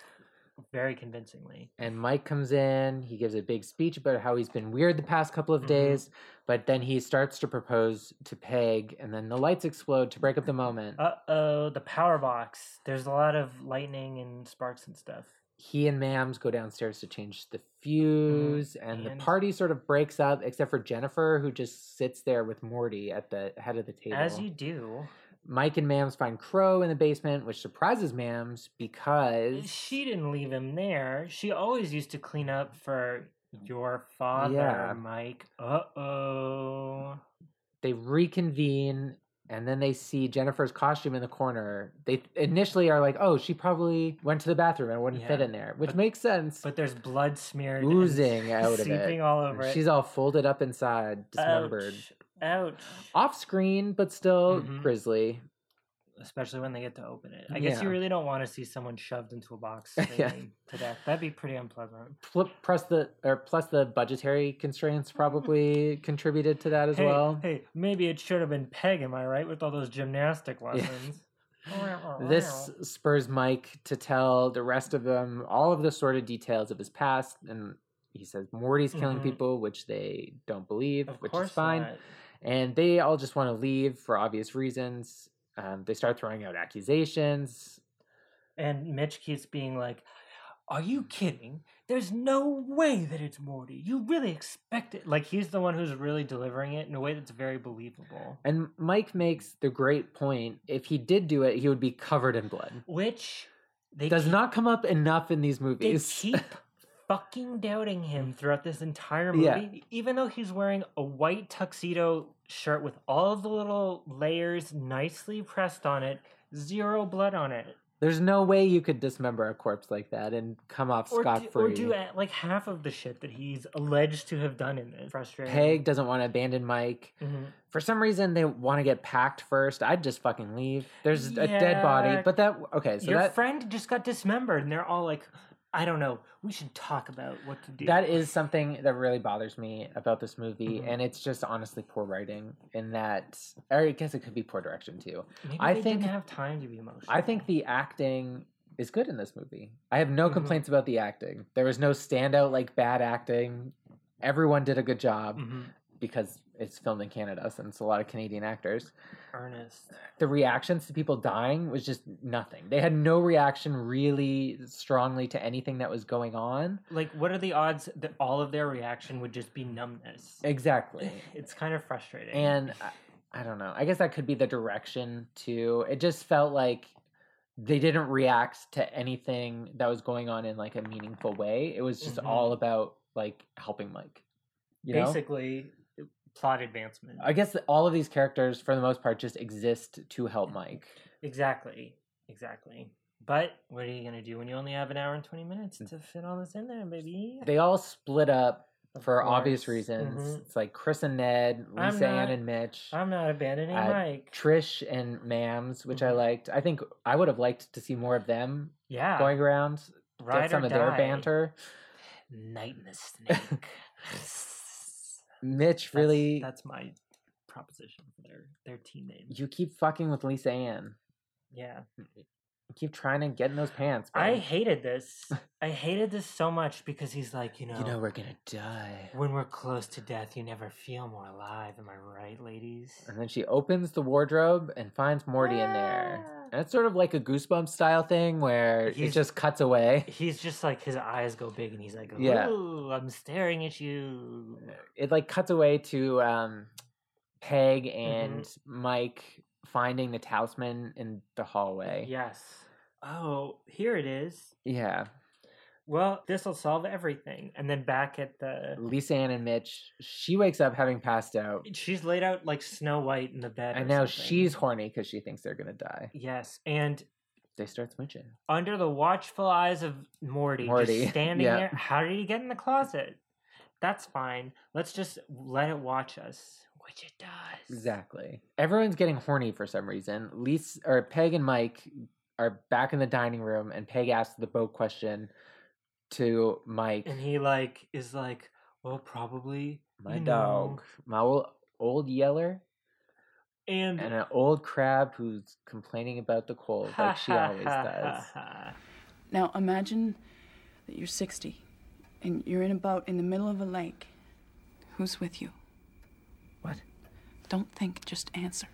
Speaker 8: very convincingly.
Speaker 9: And Mike comes in, he gives a big speech about how he's been weird the past couple of
Speaker 8: Mhm.
Speaker 9: days, but then he starts to propose to Peg, and then the lights explode to break up the moment.
Speaker 8: Uh oh, the power box. There's a lot of lightning and sparks and stuff.
Speaker 9: he and Mams go downstairs to change the fuse, and,
Speaker 8: Mm-hmm, And-
Speaker 9: the party sort of breaks up, except for Jennifer, who just sits there with Morty at the head of the table.
Speaker 8: As you do,
Speaker 9: Mike and Mams find Crow in the basement, which surprises Mams because
Speaker 8: she didn't leave him there. She always used to clean up for your father,
Speaker 9: Yeah.
Speaker 8: Mike. Uh oh.
Speaker 9: they reconvene and then they see Jennifer's costume in the corner. They initially are like, oh, she probably went to the bathroom and wouldn't fit
Speaker 8: Yeah,
Speaker 9: in there, which
Speaker 8: but-
Speaker 9: makes sense.
Speaker 8: But there's blood smeared, and
Speaker 9: Oozing out of it.
Speaker 8: seeping all
Speaker 9: And
Speaker 8: over it.
Speaker 9: She's all folded up inside, dismembered.
Speaker 8: Ouch. Ouch.
Speaker 9: Off screen, but still
Speaker 8: Mhm.
Speaker 9: grisly.
Speaker 8: Especially when they get to open it. I guess you
Speaker 9: Yeah.
Speaker 8: really don't want to see someone shoved into a box
Speaker 9: Yeah.
Speaker 8: bleeding to death. That'd be pretty unpleasant.
Speaker 9: Pl- plus the or plus the budgetary constraints probably contributed to that as
Speaker 8: hey,
Speaker 9: well.
Speaker 8: Hey, maybe it should have been Peg, am I right? With all those gymnastic lessons.
Speaker 9: This spurs Mike to tell the rest of them all of the sordid details of his past, and he says Morty's killing
Speaker 8: Mhm.
Speaker 9: people, which they don't believe,
Speaker 8: Of
Speaker 9: which is
Speaker 8: course
Speaker 9: fine.
Speaker 8: not.
Speaker 9: And they all just want to leave for obvious reasons. Um, they start throwing out accusations.
Speaker 8: And Mitch keeps being like, Are you kidding? There's no way that it's Morty. You really expect it. Like, he's the one who's really delivering it in a way that's very believable.
Speaker 9: And Mike makes the great point: if he did do it, he would be covered in blood.
Speaker 8: Which they
Speaker 9: Does
Speaker 8: keep,
Speaker 9: not come up enough in these
Speaker 8: they
Speaker 9: movies.
Speaker 8: keep fucking doubting him throughout this entire movie,
Speaker 9: Yeah.
Speaker 8: even though he's wearing a white tuxedo shirt with all the little layers nicely pressed on it, zero blood on it.
Speaker 9: There's no way you could dismember a corpse like that and come off
Speaker 8: Or do,
Speaker 9: scot
Speaker 8: or
Speaker 9: free.
Speaker 8: do uh, like half of the shit that he's alleged to have done in this. Frustrating.
Speaker 9: Peg doesn't want to abandon Mike.
Speaker 8: Mhm.
Speaker 9: For some reason, they want to get packed first. I'd just fucking leave. There's a dead body,
Speaker 8: Yeah.
Speaker 9: but that okay. So
Speaker 8: Your
Speaker 9: that
Speaker 8: friend just got dismembered, and they're all like, "I don't know. We should talk about what to do."
Speaker 9: that is something that really bothers me about this movie,
Speaker 8: Mhm.
Speaker 9: and it's just honestly poor writing. In that, or I guess it could be poor direction too.
Speaker 8: Maybe
Speaker 9: I
Speaker 8: they
Speaker 9: think-
Speaker 8: didn't have time to be emotional.
Speaker 9: I think the acting is good in this movie. I have no
Speaker 8: Mhm.
Speaker 9: complaints about the acting. There was no standout like bad acting. Everyone did a good job.
Speaker 8: Mhm.
Speaker 9: because it's filmed in Canada, so it's a lot of Canadian actors.
Speaker 8: Ernest.
Speaker 9: The reactions to people dying was just nothing. They had no reaction really strongly to anything that was going on.
Speaker 8: Like, what are the odds that all of their reaction would just be numbness?
Speaker 9: Exactly.
Speaker 8: It's kind of frustrating.
Speaker 9: And uh, I, I don't know. I guess that could be the direction too. It just felt like they didn't react to anything that was going on in like a meaningful way. It was just
Speaker 8: Mhm.
Speaker 9: all about like helping Mike. You know?
Speaker 8: basically, plot advancement.
Speaker 9: I guess that all of these characters, for the most part, just exist to help Mike.
Speaker 8: exactly. Exactly. But what are you gonna do when you only have an hour and twenty minutes to fit all this in there, baby?
Speaker 9: they all split up
Speaker 8: Of
Speaker 9: for obvious
Speaker 8: course.
Speaker 9: reasons.
Speaker 8: Mhm.
Speaker 9: It's like Chris and Ned,
Speaker 8: I'm
Speaker 9: Lisa Ann
Speaker 8: not-
Speaker 9: and Mitch,
Speaker 8: I'm not abandoning
Speaker 9: Uh,
Speaker 8: Mike.
Speaker 9: Trish and Mams, which I
Speaker 8: Mhm.
Speaker 9: liked. I think I would have liked to see more of them
Speaker 8: yeah,
Speaker 9: going around,
Speaker 8: ride
Speaker 9: get some
Speaker 8: or
Speaker 9: of their
Speaker 8: die.
Speaker 9: banter.
Speaker 8: Night in the Snake.
Speaker 9: Mitch really.
Speaker 8: That's, that's my proposition for their their team name.
Speaker 9: You keep fucking with Lisa Ann.
Speaker 8: Yeah.
Speaker 9: You keep trying to get in those pants. bro.
Speaker 8: I hated this. I hated this so much because he's like, you know,
Speaker 9: You know we're gonna die.
Speaker 8: when we're close to death, you never feel more alive. Am I right, ladies?
Speaker 9: And then she opens the wardrobe and finds Morty in there. And it's sort of like a goosebump style thing where it
Speaker 8: Ah. He's-
Speaker 9: just cuts away.
Speaker 8: He's just like his eyes go big, and he's like,
Speaker 9: Yeah.
Speaker 8: "Ooh, I'm staring at you."
Speaker 9: It like cuts away to um, Peg
Speaker 8: Mm-hmm.
Speaker 9: and Mike finding the talisman in the hallway.
Speaker 8: Yes. Oh, here it is.
Speaker 9: Yeah.
Speaker 8: Well, this will solve everything. And then back at the,
Speaker 9: Lisa Ann and Mitch, she wakes up having passed out.
Speaker 8: she's laid out like Snow White in the bed.
Speaker 9: And
Speaker 8: or
Speaker 9: now
Speaker 8: something.
Speaker 9: she's horny because she thinks they're gonna die.
Speaker 8: Yes, and
Speaker 9: They start smooching.
Speaker 8: under the watchful eyes of Morty,
Speaker 9: Morty,
Speaker 8: just standing
Speaker 9: yeah.
Speaker 8: there. How did he get in the closet? That's fine. Let's just let it watch us, which it does.
Speaker 9: Exactly. Everyone's getting horny for some reason. Lisa or Peg and Mike are back in the dining room, and Peg asks the boat question to Mike.
Speaker 8: And he like is like, well, probably
Speaker 9: my
Speaker 8: you know."
Speaker 9: dog,
Speaker 8: Mm.
Speaker 9: my old, old yeller,
Speaker 8: and
Speaker 9: and an old crab who's complaining about the cold like she always does.
Speaker 6: Now imagine that you're 60 and you're in a boat in the middle of a lake. Who's with you?
Speaker 9: What?
Speaker 6: Don't think, just answer.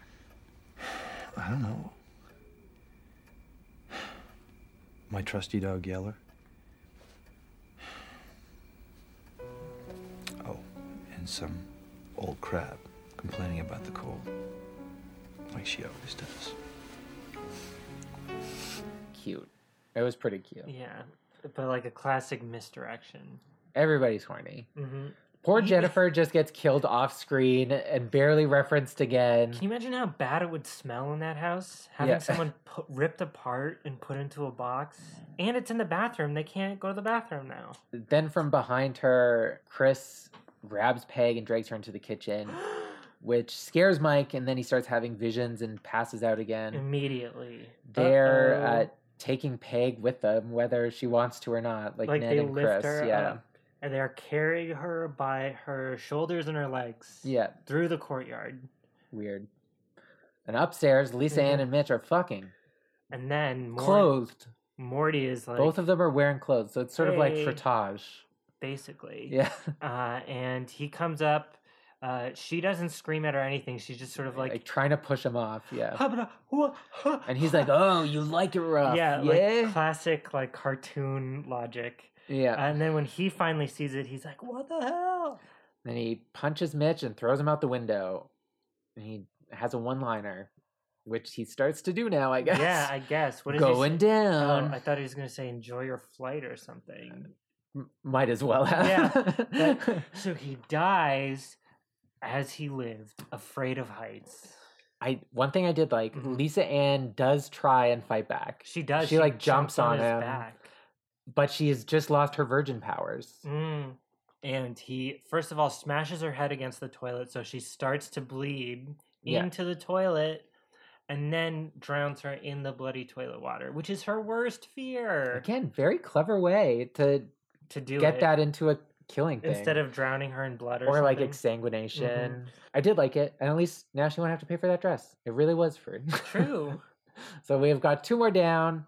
Speaker 3: I don't know. My trusty dog Yeller. Oh, and some old crab complaining about the cold. Like she always does.
Speaker 9: Cute. It was pretty cute.
Speaker 8: Yeah, but like a classic misdirection.
Speaker 9: Everybody's horny.
Speaker 8: hmm
Speaker 9: Poor Jennifer just gets killed off screen and barely referenced again.
Speaker 8: Can you imagine how bad it would smell in that house? Having
Speaker 9: Yeah.
Speaker 8: someone pu- ripped apart and put into a box, and it's in the bathroom. They can't go to the bathroom now.
Speaker 9: Then from behind her, Chris grabs Peg and drags her into the kitchen, which scares Mike, and then he starts having visions and passes out again.
Speaker 8: Immediately,
Speaker 9: They're
Speaker 8: Uh-oh.
Speaker 9: uh, taking Peg with them, whether she wants to or not, like,
Speaker 8: like
Speaker 9: Ned
Speaker 8: they
Speaker 9: and
Speaker 8: lift
Speaker 9: Chris.
Speaker 8: her
Speaker 9: yeah.
Speaker 8: up, and they're carrying her by her shoulders and her legs.
Speaker 9: Yeah.
Speaker 8: through the courtyard,
Speaker 9: Weird. And upstairs, Lisa Ann
Speaker 8: Mhm.
Speaker 9: and Mitch are fucking
Speaker 8: and then Mor-
Speaker 9: clothed.
Speaker 8: Morty is like
Speaker 9: Both of them are wearing clothes, so it's sort of like
Speaker 8: Hey.
Speaker 9: frottage.
Speaker 8: basically.
Speaker 9: Yeah.
Speaker 8: uh, and he comes up. Uh, she doesn't scream at her or anything. She's just sort of
Speaker 9: Like,
Speaker 8: like,
Speaker 9: trying to push him off. Yeah.
Speaker 8: "Habada, hua, ha,
Speaker 9: And he's like,
Speaker 8: ha."
Speaker 9: "Oh, you like it rough?
Speaker 8: yeah,
Speaker 9: yeah,
Speaker 8: like classic like cartoon logic."
Speaker 9: yeah."
Speaker 8: And then when he finally sees it, he's like, "What the hell?"
Speaker 9: Then he punches Mitch and throws him out the window. And he has a one liner, which he starts to do now, I guess.
Speaker 8: Yeah, I guess. What is he
Speaker 9: Going
Speaker 8: say?
Speaker 9: down.
Speaker 8: Oh, I thought he was going to say, "Enjoy your flight" or something.
Speaker 9: M- Might as well have.
Speaker 8: Yeah, but- So he dies as he lived, afraid of heights.
Speaker 9: I one thing I did like,
Speaker 8: Mhm.
Speaker 9: Lisa Ann does try and fight back.
Speaker 8: She does.
Speaker 9: She, like, jumps on
Speaker 8: his
Speaker 9: him.
Speaker 8: back.
Speaker 9: But she has just lost her virgin powers.
Speaker 8: Mm. And he, first of all, smashes her head against the toilet, so she starts to bleed
Speaker 9: Yeah.
Speaker 8: into the toilet, and then drowns her in the bloody toilet water, which is her worst fear.
Speaker 9: Again, very clever way to
Speaker 8: To do
Speaker 9: get
Speaker 8: it,
Speaker 9: that into a killing thing.
Speaker 8: instead of drowning her in blood or,
Speaker 9: or like
Speaker 8: something. Mm-hmm.
Speaker 9: exsanguination. I did like it, and at least now she won't have to pay for that dress. It really was free.
Speaker 8: True.
Speaker 9: so we have got two more down.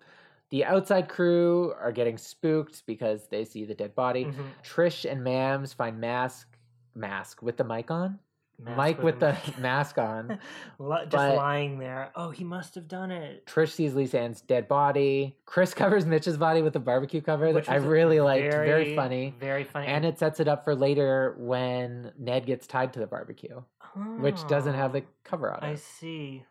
Speaker 9: The outside crew are getting spooked because they see the dead body.
Speaker 8: Mhm.
Speaker 9: Trish and Mams find Mask, Mask with the mic on,
Speaker 8: Mask
Speaker 9: Mike with
Speaker 8: a
Speaker 9: the
Speaker 8: mic.
Speaker 9: mask on.
Speaker 8: Li- just
Speaker 9: but-
Speaker 8: lying there. Oh, he must have done it.
Speaker 9: Trish sees Lisa Ann's dead body. Chris covers Mitch's body with a barbecue cover
Speaker 8: Which
Speaker 9: that I
Speaker 8: was
Speaker 9: really liked. Very, funny.
Speaker 8: very funny,
Speaker 9: And it sets it up for later when Ned gets tied to the barbecue, which doesn't have the
Speaker 8: Oh,
Speaker 9: cover on it.
Speaker 8: I see.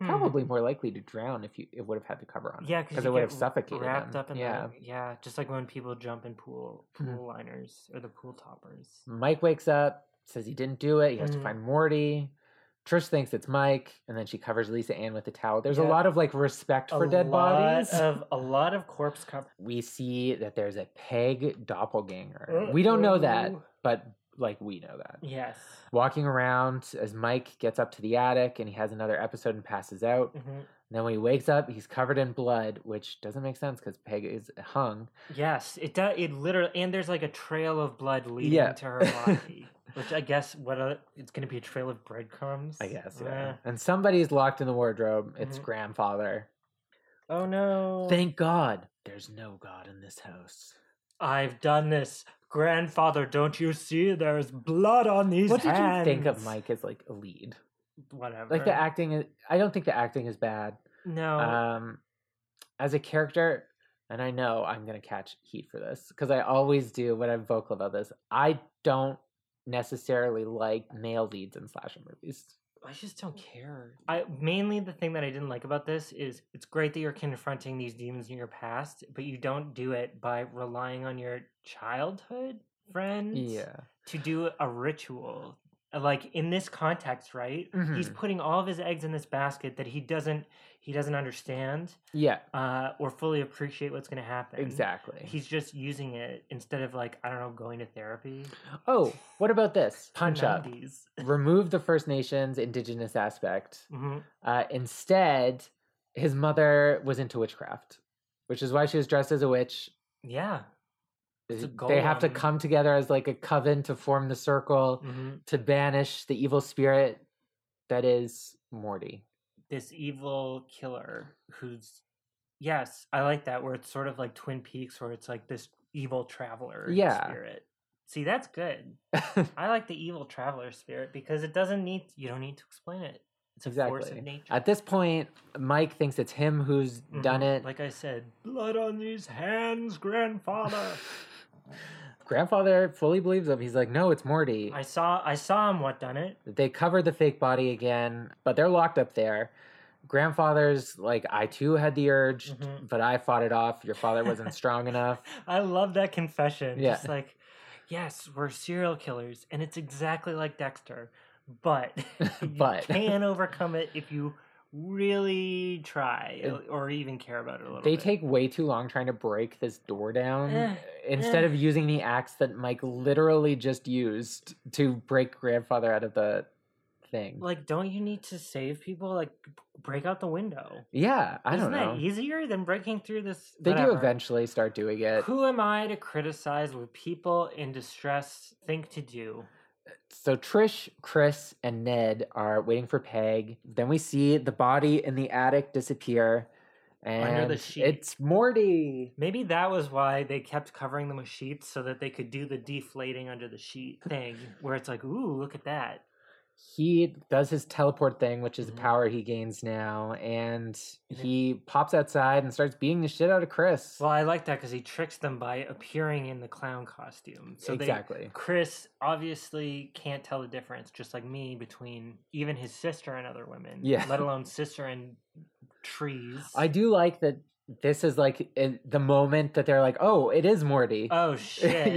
Speaker 8: Hmm.
Speaker 9: probably more likely to drown if you it would have had the cover on.
Speaker 8: Yeah,
Speaker 9: because
Speaker 8: you
Speaker 9: it would
Speaker 8: get
Speaker 9: have suffocated
Speaker 8: wrapped
Speaker 9: them.
Speaker 8: up in
Speaker 9: yeah.
Speaker 8: yeah, yeah, just like when people jump in pool pool
Speaker 9: Mhm.
Speaker 8: liners or the pool toppers.
Speaker 9: Mike wakes up, says he didn't do it. He has
Speaker 8: Mhm.
Speaker 9: to find Morty. Trish thinks it's Mike, and then she covers Lisa Ann with a towel. There's a
Speaker 8: Yeah.
Speaker 9: lot of like respect for
Speaker 8: a
Speaker 9: dead
Speaker 8: lot
Speaker 9: bodies.
Speaker 8: of a lot of corpse cover.
Speaker 9: we see that there's a Peg doppelganger. We don't know that,
Speaker 8: Uh-oh.
Speaker 9: but like we know that.
Speaker 8: Yes.
Speaker 9: Walking around as Mike gets up to the attic and he has another episode and passes out.
Speaker 8: Mhm.
Speaker 9: And then when he wakes up, he's covered in blood, which doesn't make sense because Peg is hung.
Speaker 8: Yes, it does. It literally, and there's like a trail of blood leading
Speaker 9: Yeah.
Speaker 8: to her body, which I guess what uh it's going to be a trail of breadcrumbs.
Speaker 9: I guess, yeah.
Speaker 8: Eh.
Speaker 9: And somebody's locked in the wardrobe. It's
Speaker 8: Mhm.
Speaker 9: grandfather.
Speaker 8: Oh no!
Speaker 9: Thank God there's no God in this house.
Speaker 8: I've done this, grandfather. Don't you see? There's blood on these
Speaker 9: What did you
Speaker 8: hands.
Speaker 9: think of Mike as like a lead?
Speaker 8: Whatever.
Speaker 9: Like the acting is, I don't think the acting is bad.
Speaker 8: No.
Speaker 9: Um, as a character, and I know I'm gonna catch heat for this because I always do when I'm vocal about this. I don't necessarily like male leads in slasher movies.
Speaker 8: I just don't care. I mainly the thing that I didn't like about this is it's great that you're confronting these demons in your past, but you don't do it by relying on your childhood friends
Speaker 9: Yeah,
Speaker 8: to do a ritual. Like in this context, right? He's
Speaker 9: Mhm.
Speaker 8: putting all of his eggs in this basket that he doesn't he doesn't understand
Speaker 9: yeah,
Speaker 8: uh, or fully appreciate what's going to happen.
Speaker 9: exactly.
Speaker 8: He's just using it instead of like I don't know going to therapy.
Speaker 9: oh, what about this punch up?
Speaker 8: 90s.
Speaker 9: Remove the First Nations indigenous aspect.
Speaker 8: Mhm.
Speaker 9: Uh, instead, his mother was into witchcraft, which is why she was dressed as a witch
Speaker 8: Yeah. It's a
Speaker 9: they have to
Speaker 8: golem.
Speaker 9: come together as like a coven to form the circle
Speaker 8: Mhm.
Speaker 9: to banish the evil spirit that is Morty.
Speaker 8: this evil killer who's yes i like that where it's sort of like twin peaks where it's like this evil traveler
Speaker 9: Yeah.
Speaker 8: spirit see that's good i like the evil traveler spirit because it doesn't need you don't need to explain it it's a force
Speaker 9: exactly.
Speaker 8: of nature
Speaker 9: At this point, Mike thinks it's him who's done
Speaker 8: Mhm.
Speaker 9: it.
Speaker 8: like i said blood on these hands grandfather
Speaker 9: Grandfather fully believes him. He's like, no, it's Morty.
Speaker 8: i saw i saw him what done it
Speaker 9: They cover the fake body again, but they're locked up there. Grandfather's like, I too had the urge,
Speaker 8: Mhm.
Speaker 9: but I fought it off. Your father wasn't strong enough.
Speaker 8: I love that confession.
Speaker 9: Yeah.
Speaker 8: Just like, yes, we're serial killers, and it's exactly like Dexter, but you
Speaker 9: But.
Speaker 8: can overcome it if you really try or even care about it a little.
Speaker 9: They
Speaker 8: bit.
Speaker 9: take way too long trying to break this door down
Speaker 8: Eh,
Speaker 9: instead
Speaker 8: eh.
Speaker 9: of using the axe that Mike literally just used to break grandfather out of the thing.
Speaker 8: like, don't you need to save people? Like, b- break out the window.
Speaker 9: yeah, I don't
Speaker 8: Isn't
Speaker 9: know.
Speaker 8: that easier than breaking through this?
Speaker 9: They do
Speaker 8: whatever?
Speaker 9: eventually start doing it.
Speaker 8: Who am I to criticize what people in distress think to do?
Speaker 9: So Trish, Chris, and Ned are waiting for Peg. Then we see the body in the attic disappear. And
Speaker 8: Under the sheet.
Speaker 9: it's Morty.
Speaker 8: Maybe that was why they kept covering them with sheets so that they could do the deflating under the sheet thing, where it's like, ooh, look at that.
Speaker 9: he does his teleport thing, which is a
Speaker 8: Mhm.
Speaker 9: power he gains now, and
Speaker 8: And it-
Speaker 9: he pops outside and starts beating the shit out of Chris.
Speaker 8: Well, I like that because he tricks them by appearing in the clown costume. So
Speaker 9: exactly.
Speaker 8: They, Chris obviously can't tell the difference, just like me, between even his sister and other women.
Speaker 9: Yeah.
Speaker 8: Let alone sister and trees.
Speaker 9: I do like that this is like in the moment that they're like, oh, it is Morty.
Speaker 8: Oh shit.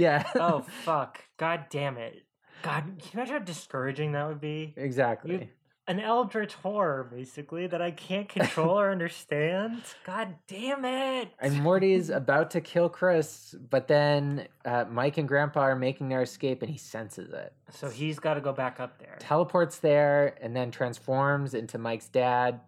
Speaker 9: yeah.
Speaker 8: oh fuck. God damn it. God, can you imagine how discouraging that would be?
Speaker 9: exactly.
Speaker 8: an eldritch horror, basically, that I can't control or understand. God damn it!
Speaker 9: And Morty's about to kill Chris, but then uh, Mike and Grandpa are making their escape, and he senses it.
Speaker 8: so he's got to go back up there.
Speaker 9: Teleports there and then transforms into Mike's dad.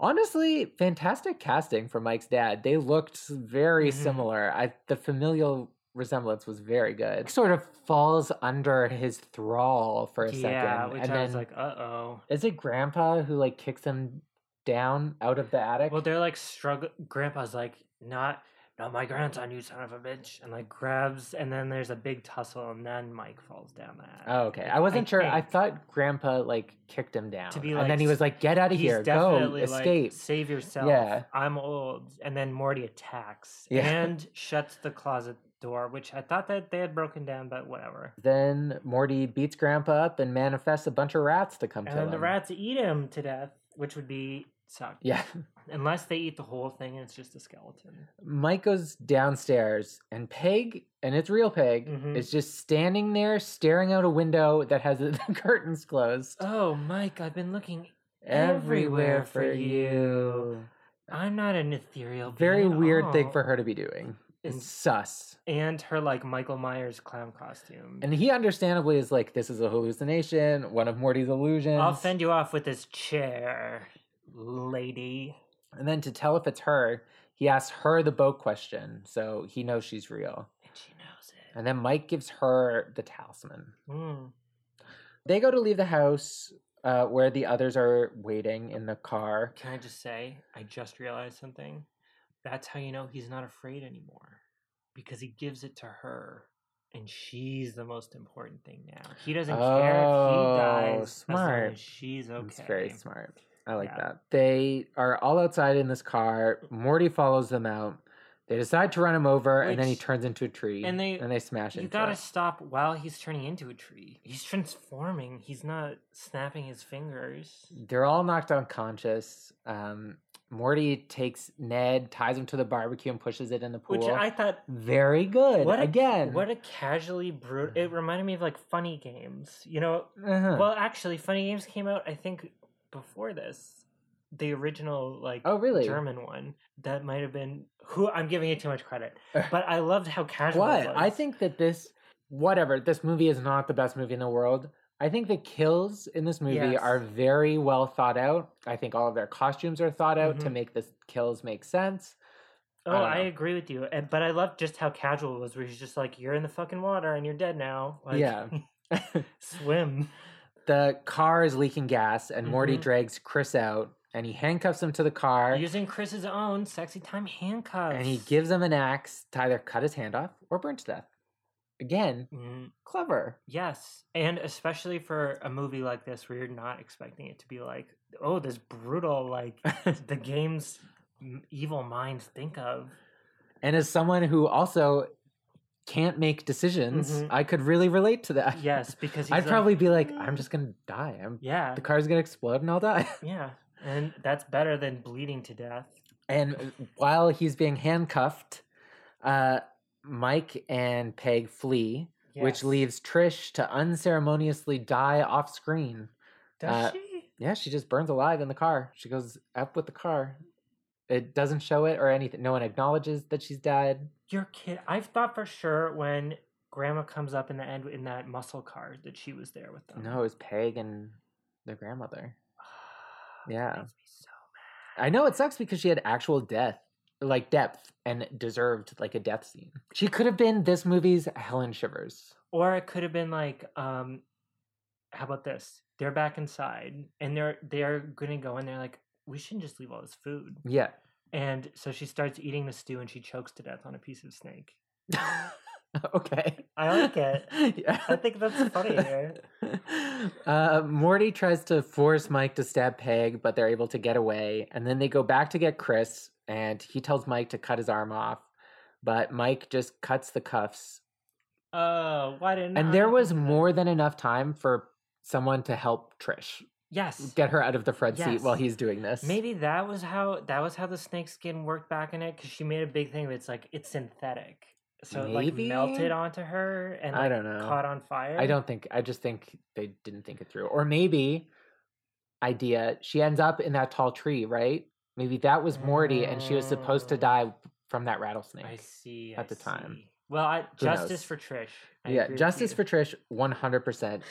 Speaker 9: Honestly, fantastic casting for Mike's dad. They looked very
Speaker 8: Mhm.
Speaker 9: similar. I, the familial resemblance was very good. Sort of falls under his thrall for a
Speaker 8: yeah,
Speaker 9: second.
Speaker 8: which
Speaker 9: and
Speaker 8: I
Speaker 9: then
Speaker 8: was like, uh oh.
Speaker 9: is it grandpa who like kicks him down out of the attic?
Speaker 8: Well, they're like struggle. Grandpa's like, not, not my grandson, you son of a bitch, and like grabs, and then there's a big tussle, and then Mike falls down that.
Speaker 9: oh, okay. I wasn't sure. I
Speaker 8: think.
Speaker 9: thought grandpa like kicked him down.
Speaker 8: be,
Speaker 9: and
Speaker 8: like,
Speaker 9: then he was like, get out of
Speaker 8: He's
Speaker 9: here. Go.
Speaker 8: definitely
Speaker 9: Escape.
Speaker 8: Like, Save yourself.
Speaker 9: Yeah.
Speaker 8: I'm old. And then Morty attacks
Speaker 9: Yeah.
Speaker 8: and shuts the closet door, which I thought that they had broken down, but whatever.
Speaker 9: Then Morty beats Grandpa up and manifests a bunch of rats to come
Speaker 8: and
Speaker 9: to
Speaker 8: then
Speaker 9: him.
Speaker 8: the rats eat him to death, which would be suck.
Speaker 9: Yeah.
Speaker 8: Unless they eat the whole thing and it's just a skeleton.
Speaker 9: Mike goes downstairs and Peg, and it's real Peg,
Speaker 8: Mhm.
Speaker 9: is just standing there staring out a window that has the curtains closed.
Speaker 8: Oh, Mike, I've been looking. everywhere for you. I'm not an ethereal. being Oh.
Speaker 9: Very
Speaker 8: at
Speaker 9: weird thing
Speaker 8: all.
Speaker 9: for her to be doing. It's
Speaker 8: And-
Speaker 9: sus.
Speaker 8: And her like Michael Myers clown costume.
Speaker 9: And he understandably is like, this is a hallucination, one of Morty's illusions.
Speaker 8: I'll fend you off with this chair, lady.
Speaker 9: And then to tell if it's her, he asks her the boat question, so he knows she's real.
Speaker 8: And she knows it.
Speaker 9: And then Mike gives her the talisman.
Speaker 8: Mm.
Speaker 9: They go to leave the house uh, where the others are waiting in the car.
Speaker 8: Can I just say, I just realized something. That's how you know he's not afraid anymore because he gives it to her. And she's the most important thing now. He doesn't care
Speaker 9: Oh,
Speaker 8: if he dies. As
Speaker 9: smart.
Speaker 8: long as she's okay.
Speaker 9: It's very smart. I like
Speaker 8: Yeah.
Speaker 9: that. They are all outside in this car. Morty follows them out. They decide to run him over, and then he
Speaker 8: Which-
Speaker 9: turns into a tree.
Speaker 8: and they-
Speaker 9: and they smash
Speaker 8: You
Speaker 9: into
Speaker 8: gotta
Speaker 9: it.
Speaker 8: stop while he's turning into a tree. He's transforming. He's not snapping his fingers.
Speaker 9: They're all knocked unconscious. Um, Morty takes Ned, ties him to the barbecue, and pushes it in the pool.
Speaker 8: Which I thought
Speaker 9: very good.
Speaker 8: what a,
Speaker 9: Again, Mm.
Speaker 8: What a casually brutal. It reminded me of like funny games. You know,
Speaker 9: Uh-huh.
Speaker 8: well, actually, funny games came out I think before this. The original like
Speaker 9: Oh, really?
Speaker 8: German one that might have been who I'm giving it too much credit, but I loved how casual. It
Speaker 9: What?
Speaker 8: was.
Speaker 9: I think that this, whatever, this movie is not the best movie in the world. I think the kills in this movie
Speaker 8: Yes.
Speaker 9: are very well thought out. I think all of their costumes are thought out to
Speaker 8: Mhm.
Speaker 9: make the kills make sense.
Speaker 8: Oh,
Speaker 9: I don't
Speaker 8: I,
Speaker 9: know.
Speaker 8: agree with you, and, but I love just how casual it was. Where he's just like, "You're in the fucking water and you're dead now." Like,
Speaker 9: Yeah.
Speaker 8: swim.
Speaker 9: the car is leaking gas, and Morty
Speaker 8: Mhm.
Speaker 9: drags Chris out, and he handcuffs him to the car,
Speaker 8: Using Chris's own sexy time handcuffs,
Speaker 9: and he gives him an axe to either cut his hand off or burn to death. Again,
Speaker 8: Mm,
Speaker 9: clever.
Speaker 8: Yes, and especially for a movie like this where you're not expecting it to be like, oh, this brutal, like the game's m- evil minds think of.
Speaker 9: And as someone who also can't make decisions,
Speaker 8: Mhm.
Speaker 9: I could really relate to that.
Speaker 8: Yes, because he's
Speaker 9: I'd
Speaker 8: like,
Speaker 9: probably be like, I'm just gonna die. I'm
Speaker 8: yeah,
Speaker 9: the car's gonna explode and I'll die.
Speaker 8: yeah, and that's better than bleeding to death.
Speaker 9: And while he's being handcuffed, uh, Mike and Peg flee, which
Speaker 8: Yes.
Speaker 9: leaves Trish to unceremoniously die off screen.
Speaker 8: Does
Speaker 9: uh,
Speaker 8: she?
Speaker 9: Yeah, she just burns alive in the car. She goes up with the car. It doesn't show it or anything. No one acknowledges that she's died.
Speaker 8: Your kid. I've thought for sure when Grandma comes up in the end in that muscle car that she was there with them.
Speaker 9: No, it was Peg and their grandmother.
Speaker 8: That
Speaker 9: Yeah.
Speaker 8: makes me so
Speaker 9: I know it sucks because she had actual death, like depth, and deserved like a death scene. She could have been this movie's Helen Shivers.
Speaker 8: or it could have been like um how about this they're back inside and they're they're gonna go and they're like we shouldn't just leave all this food
Speaker 9: Yeah.
Speaker 8: and so she starts eating the stew and she chokes to death on a piece of snake
Speaker 9: okay.
Speaker 8: I like it.
Speaker 9: Yeah.
Speaker 8: I think that's funnier.
Speaker 9: Uh, Morty tries to force Mike to stab Peg, but they're able to get away. And then they go back to get Chris, and he tells Mike to cut his arm off. But Mike just cuts the cuffs
Speaker 8: oh why didn't
Speaker 9: And
Speaker 8: I
Speaker 9: there
Speaker 8: think
Speaker 9: was
Speaker 8: of that?
Speaker 9: more than enough time for someone to help Trish
Speaker 8: yes
Speaker 9: get her out of the front seat while
Speaker 8: Yes.
Speaker 9: he's doing this.
Speaker 8: maybe that was how that was how the snake skin worked back in it because she made a big thing of it's like it's synthetic so it like
Speaker 9: Maybe?
Speaker 8: melted onto her and
Speaker 9: I
Speaker 8: like,
Speaker 9: don't know.
Speaker 8: caught on fire
Speaker 9: I don't think. I just think they didn't think it through. Or maybe idea. She ends up in that tall tree, right? Maybe that was Morty, and she was supposed to
Speaker 8: Mm.
Speaker 9: die from that rattlesnake.
Speaker 8: I see
Speaker 9: at
Speaker 8: I
Speaker 9: the time.
Speaker 8: see. well I,
Speaker 9: knows?
Speaker 8: justice for Trish I
Speaker 9: yeah,
Speaker 8: agree with
Speaker 9: justice
Speaker 8: you.
Speaker 9: for Trish, one hundred percent.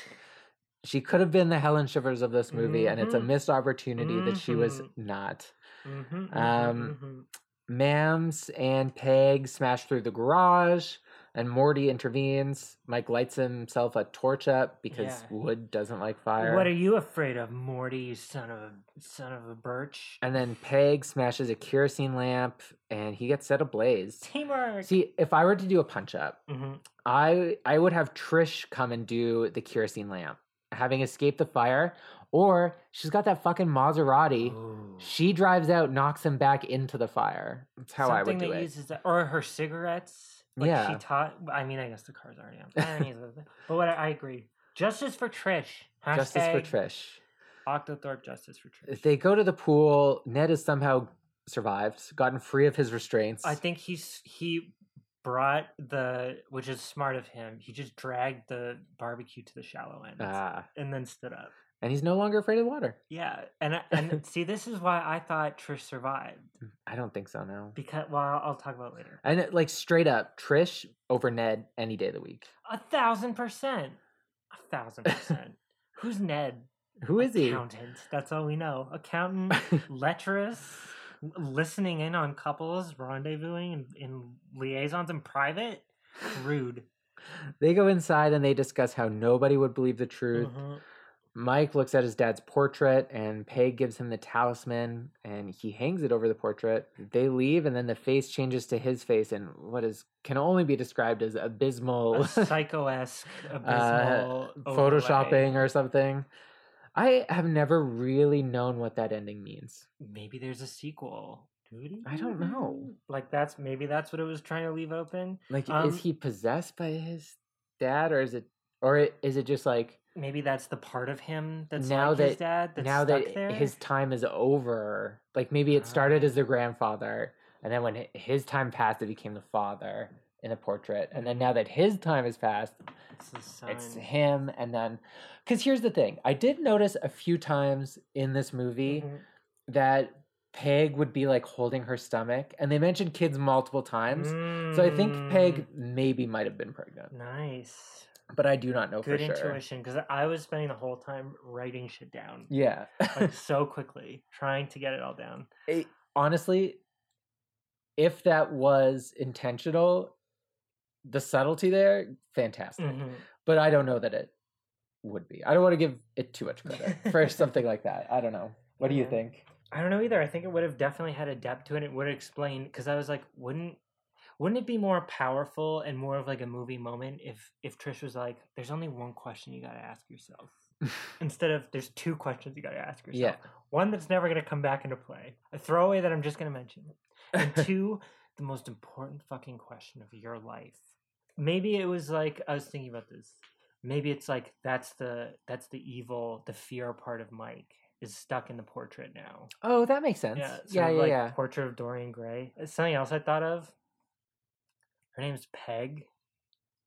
Speaker 9: She could have been the Helen Shivers of this movie, and it's a
Speaker 8: Mhm.
Speaker 9: missed opportunity that she was
Speaker 8: Mhm.
Speaker 9: not.
Speaker 8: Mhm, mhm,
Speaker 9: Um,
Speaker 8: mhm.
Speaker 9: Mams and Peg smash through the garage, and Morty intervenes. Mike lights himself a torch up because
Speaker 8: Yeah.
Speaker 9: wood doesn't like fire.
Speaker 8: What are you afraid of, Morty? You son of a son of a birch.
Speaker 9: and then Peg smashes a kerosene lamp, and he gets set ablaze.
Speaker 8: Teamwork.
Speaker 9: See, if I were to do a punch up,
Speaker 8: Mhm.
Speaker 9: I I would have Trish come and do the kerosene lamp, having escaped the fire, or she's got that fucking Maserati.
Speaker 8: Ooh.
Speaker 9: She drives out, knocks him back into the fire. That's how I would
Speaker 8: Something
Speaker 9: do
Speaker 8: that
Speaker 9: it.
Speaker 8: uses that, or her cigarettes. Like
Speaker 9: Yeah.
Speaker 8: She taught. I mean, I guess the car's already on fire. anyways, but what I, I agree. Justice for Trish. Hashtag
Speaker 9: Justice for Trish.
Speaker 8: Octothorpe justice for Trish.
Speaker 9: They go to the pool. Ned has somehow survived, gotten free of his restraints.
Speaker 8: I think he's he brought the which is smart of him. He just dragged the barbecue to the shallow end
Speaker 9: Ah,
Speaker 8: and then stood up.
Speaker 9: and he's no longer afraid of water.
Speaker 8: Yeah, and I- and see, this is why I thought Trish survived.
Speaker 9: I don't think so now.
Speaker 8: Because well, I'll- I'll talk about it later.
Speaker 9: And it, like straight up, Trish over Ned any day of the week.
Speaker 8: A thousand percent. A thousand percent. Who's Ned?
Speaker 9: Who is he?
Speaker 8: Accountant. That's all we know. Accountant, lecherous. listening in on couples rendezvousing and, and liaisons in private. Rude.
Speaker 9: They go inside and they discuss how nobody would believe the truth.
Speaker 8: Mm-hmm.
Speaker 9: Mike looks at his dad's portrait, and Peg gives him the talisman, and he hangs it over the portrait. They leave, and then the face changes to his face, and what is can only be described as abysmal
Speaker 8: Psycho esque, abysmal. overlay.
Speaker 9: Uh, photoshopping or something. I have never really known what that ending means.
Speaker 8: Maybe there's a sequel.
Speaker 9: I don't know.
Speaker 8: Like that's maybe that's what it was trying to leave open.
Speaker 9: Like,
Speaker 8: Um,
Speaker 9: is he possessed by his dad, or is it, or i- is it just like
Speaker 8: Maybe that's the part of him that's
Speaker 9: Now
Speaker 8: like his
Speaker 9: that-
Speaker 8: dad that's
Speaker 9: now
Speaker 8: stuck
Speaker 9: that
Speaker 8: there.
Speaker 9: his time is over? Like, maybe it started
Speaker 8: Ah.
Speaker 9: as the grandfather, and then when hi- his time passed, it became the father in the portrait, and then now that his time has passed,
Speaker 8: It's a sign.
Speaker 9: it's him. And then, because here's the thing, I did notice a few times in this movie
Speaker 8: Mhm.
Speaker 9: that Peg would be like holding her stomach, and they mentioned kids multiple times. So I think Peg maybe might have been pregnant,
Speaker 8: Mm, Nice.
Speaker 9: but I do not know
Speaker 8: Good
Speaker 9: Oh, for sure.
Speaker 8: intuition, because I was spending the whole time writing shit down,
Speaker 9: Yeah.
Speaker 8: like so quickly, trying to get it all down.
Speaker 9: It- honestly, if that was intentional, the subtlety there, fantastic.
Speaker 8: Mhm.
Speaker 9: But I don't know that it would be. I don't want to give it too much credit for something like that. I don't know. What do you
Speaker 8: Yeah.
Speaker 9: think?
Speaker 8: I don't know either. I think it would have definitely had a depth to it. It would explain because I was like, wouldn't wouldn't it be more powerful and more of like a movie moment if if Trish was like, "There's only one question you got to ask yourself," instead of "There's two questions you got to ask yourself." One that's never going to come back into play, a throwaway that I'm just going to mention, and two, the most important fucking question of your life. Maybe it was like I was thinking about this. Maybe it's like that's the that's the evil, the fear part of Mike is stuck in the portrait now.
Speaker 9: Oh, that makes sense.
Speaker 8: Yeah,
Speaker 9: yeah,
Speaker 8: sort of
Speaker 9: yeah,
Speaker 8: like
Speaker 9: yeah.
Speaker 8: Portrait of Dorian Gray. Uh, Something else I thought of. Her name's Peg.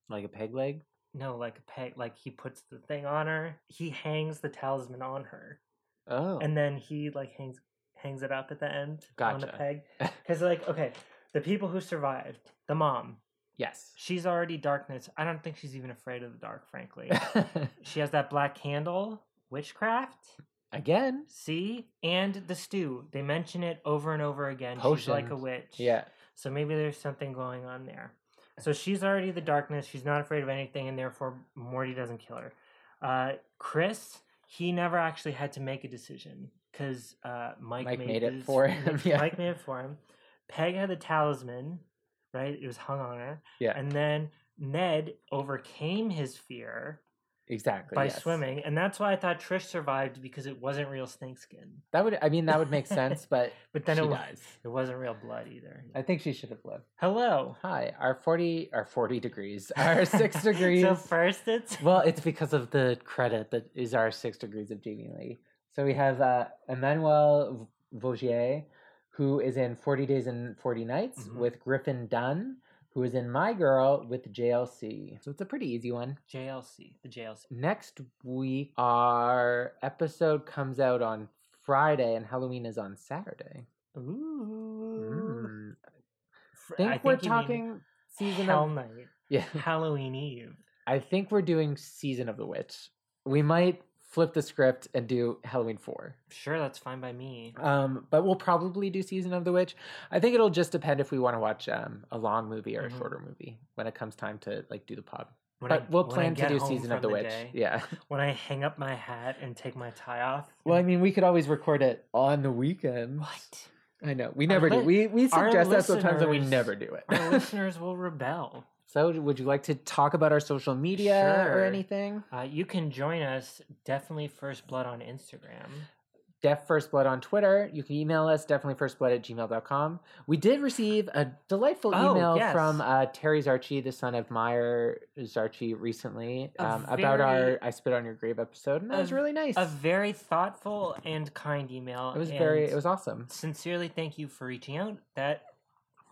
Speaker 9: Like a peg leg.
Speaker 8: No, like a peg. Like he puts the thing on her. He hangs the talisman on her,
Speaker 9: Oh,
Speaker 8: and then he like hangs hangs it up at the end on the
Speaker 9: Gotcha.
Speaker 8: peg. Because like, okay, the people who survived, the mom,
Speaker 9: yes.
Speaker 8: she's already darkness. I don't think she's even afraid of the dark, frankly. she has that black candle, witchcraft.
Speaker 9: Again.
Speaker 8: See, and the stew. They mention it over and over again. She's like a
Speaker 9: Potions.
Speaker 8: witch.
Speaker 9: Yeah.
Speaker 8: So maybe there's something going on there. So she's already the darkness. She's not afraid of anything, and therefore Morty doesn't kill her. Uh, Chris, he never actually had to make a decision because uh, Mike,
Speaker 9: Mike
Speaker 8: made,
Speaker 9: made it
Speaker 8: this-
Speaker 9: for him, yeah.
Speaker 8: Mike made it for him. Peg had the talisman, right? It was hung on her.
Speaker 9: Yeah.
Speaker 8: And then Ned overcame his fear
Speaker 9: Exactly.
Speaker 8: by
Speaker 9: yes.
Speaker 8: swimming, and that's why I thought Trish survived because it wasn't real snake skin.
Speaker 9: That would. I mean, that would make sense, but
Speaker 8: But then
Speaker 9: she
Speaker 8: it was
Speaker 9: dies.
Speaker 8: it wasn't real blood either.
Speaker 9: I think she should have lived.
Speaker 8: Hello.
Speaker 9: Hi, our forty, our forty degrees, our six degrees.
Speaker 8: so first it's
Speaker 9: well, it's because of the credit that is our six degrees of Jamie Lee. So we have uh, Emmanuel V- Vaugier, who is in Forty Days and Forty Nights
Speaker 8: Mhm.
Speaker 9: with Griffin Dunn, who is in My Girl with JLC. So it's a pretty easy one.
Speaker 8: JLC, the JLC.
Speaker 9: Next week, our episode comes out on Friday, and Halloween is on Saturday.
Speaker 8: Ooh.
Speaker 9: Mm.
Speaker 8: Fr-
Speaker 9: think we're
Speaker 8: you mean
Speaker 9: talking season
Speaker 8: Hell
Speaker 9: of Hmm.
Speaker 8: Night,
Speaker 9: yeah.
Speaker 8: Halloween Eve.
Speaker 9: I think we're doing season of the witch. We might flip the script and do Halloween four.
Speaker 8: Sure, that's fine by me.
Speaker 9: Um, but we'll probably do season of the witch. I think it'll just depend if we want to watch um, a long movie or
Speaker 8: Mhm.
Speaker 9: a shorter movie when it comes time to like do the pod.
Speaker 8: When I-
Speaker 9: but we'll
Speaker 8: when I
Speaker 9: plan to
Speaker 8: get
Speaker 9: do
Speaker 8: home
Speaker 9: season of
Speaker 8: from
Speaker 9: the, witch.
Speaker 8: day,
Speaker 9: Yeah.
Speaker 8: When I hang up my hat and take my tie off.
Speaker 9: Well, I
Speaker 8: and-
Speaker 9: mean, we could always record it on the weekend.
Speaker 8: what?
Speaker 9: I know. We never do. We
Speaker 8: li-
Speaker 9: we
Speaker 8: our
Speaker 9: suggest that sometimes, and we
Speaker 8: listeners-
Speaker 9: never do
Speaker 8: Our
Speaker 9: it.
Speaker 8: listeners will rebel.
Speaker 9: so, would you like to talk about our social media
Speaker 8: Sure.
Speaker 9: or anything?
Speaker 8: Uh, you can join us definitely first blood on Instagram.
Speaker 9: Deaf First Blood on Twitter. You can email us, definitelyfirstblood at gmail.com. We did receive a delightful
Speaker 8: Oh,
Speaker 9: email
Speaker 8: yes.
Speaker 9: from uh, Terry Zarchi, the son of Meyer Zarchi, recently
Speaker 8: A
Speaker 9: um, about
Speaker 8: very-
Speaker 9: our I Spit on Your Grave episode. And that
Speaker 8: a-
Speaker 9: was really nice.
Speaker 8: A very thoughtful and kind email.
Speaker 9: it was very,
Speaker 8: and
Speaker 9: it was awesome.
Speaker 8: sincerely thank you for reaching out. That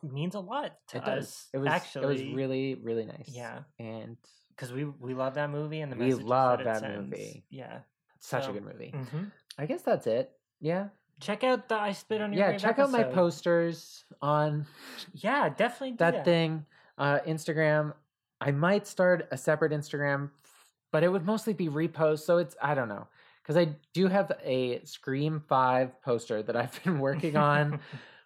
Speaker 8: means a lot to
Speaker 9: It
Speaker 8: us.
Speaker 9: does. It was,
Speaker 8: actually,
Speaker 9: it was really, really nice.
Speaker 8: yeah.
Speaker 9: And
Speaker 8: because we we love that movie and the
Speaker 9: We
Speaker 8: messages
Speaker 9: love
Speaker 8: it
Speaker 9: that
Speaker 8: sends.
Speaker 9: movie.
Speaker 8: Yeah,
Speaker 9: such
Speaker 8: So-
Speaker 9: a good movie.
Speaker 8: hmm
Speaker 9: I guess that's it. Yeah.
Speaker 8: check out the I spit on your
Speaker 9: Yeah.
Speaker 8: Grave
Speaker 9: Check out my
Speaker 8: episode.
Speaker 9: posters on
Speaker 8: Yeah, definitely do
Speaker 9: that
Speaker 8: that
Speaker 9: thing uh instagram i might start a separate instagram but it would mostly be reposts so it's i don't know because i do have a scream 5 poster that i've been working on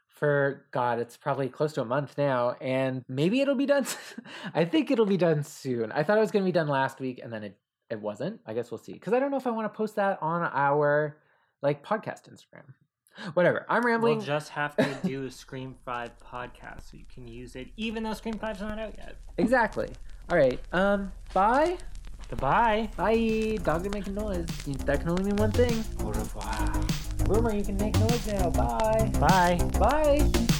Speaker 9: for God, it's probably close to a month now, and maybe it'll be done. s- I think it'll be done soon. I thought it was going to be done last week, and then it it wasn't. I guess we'll see. Because I don't know if I want to post that on our like podcast Instagram. Whatever. I'm rambling.
Speaker 8: We'll just have to do a Scream Five podcast, so you can use it, even though Scream Five's not out yet.
Speaker 9: exactly. All right. Um. Bye.
Speaker 8: Goodbye.
Speaker 9: Bye. Dog didn't make a noise. That can only mean one thing. Au revoir. Rumor, you can make noise now. Bye.
Speaker 8: Bye.
Speaker 9: Bye.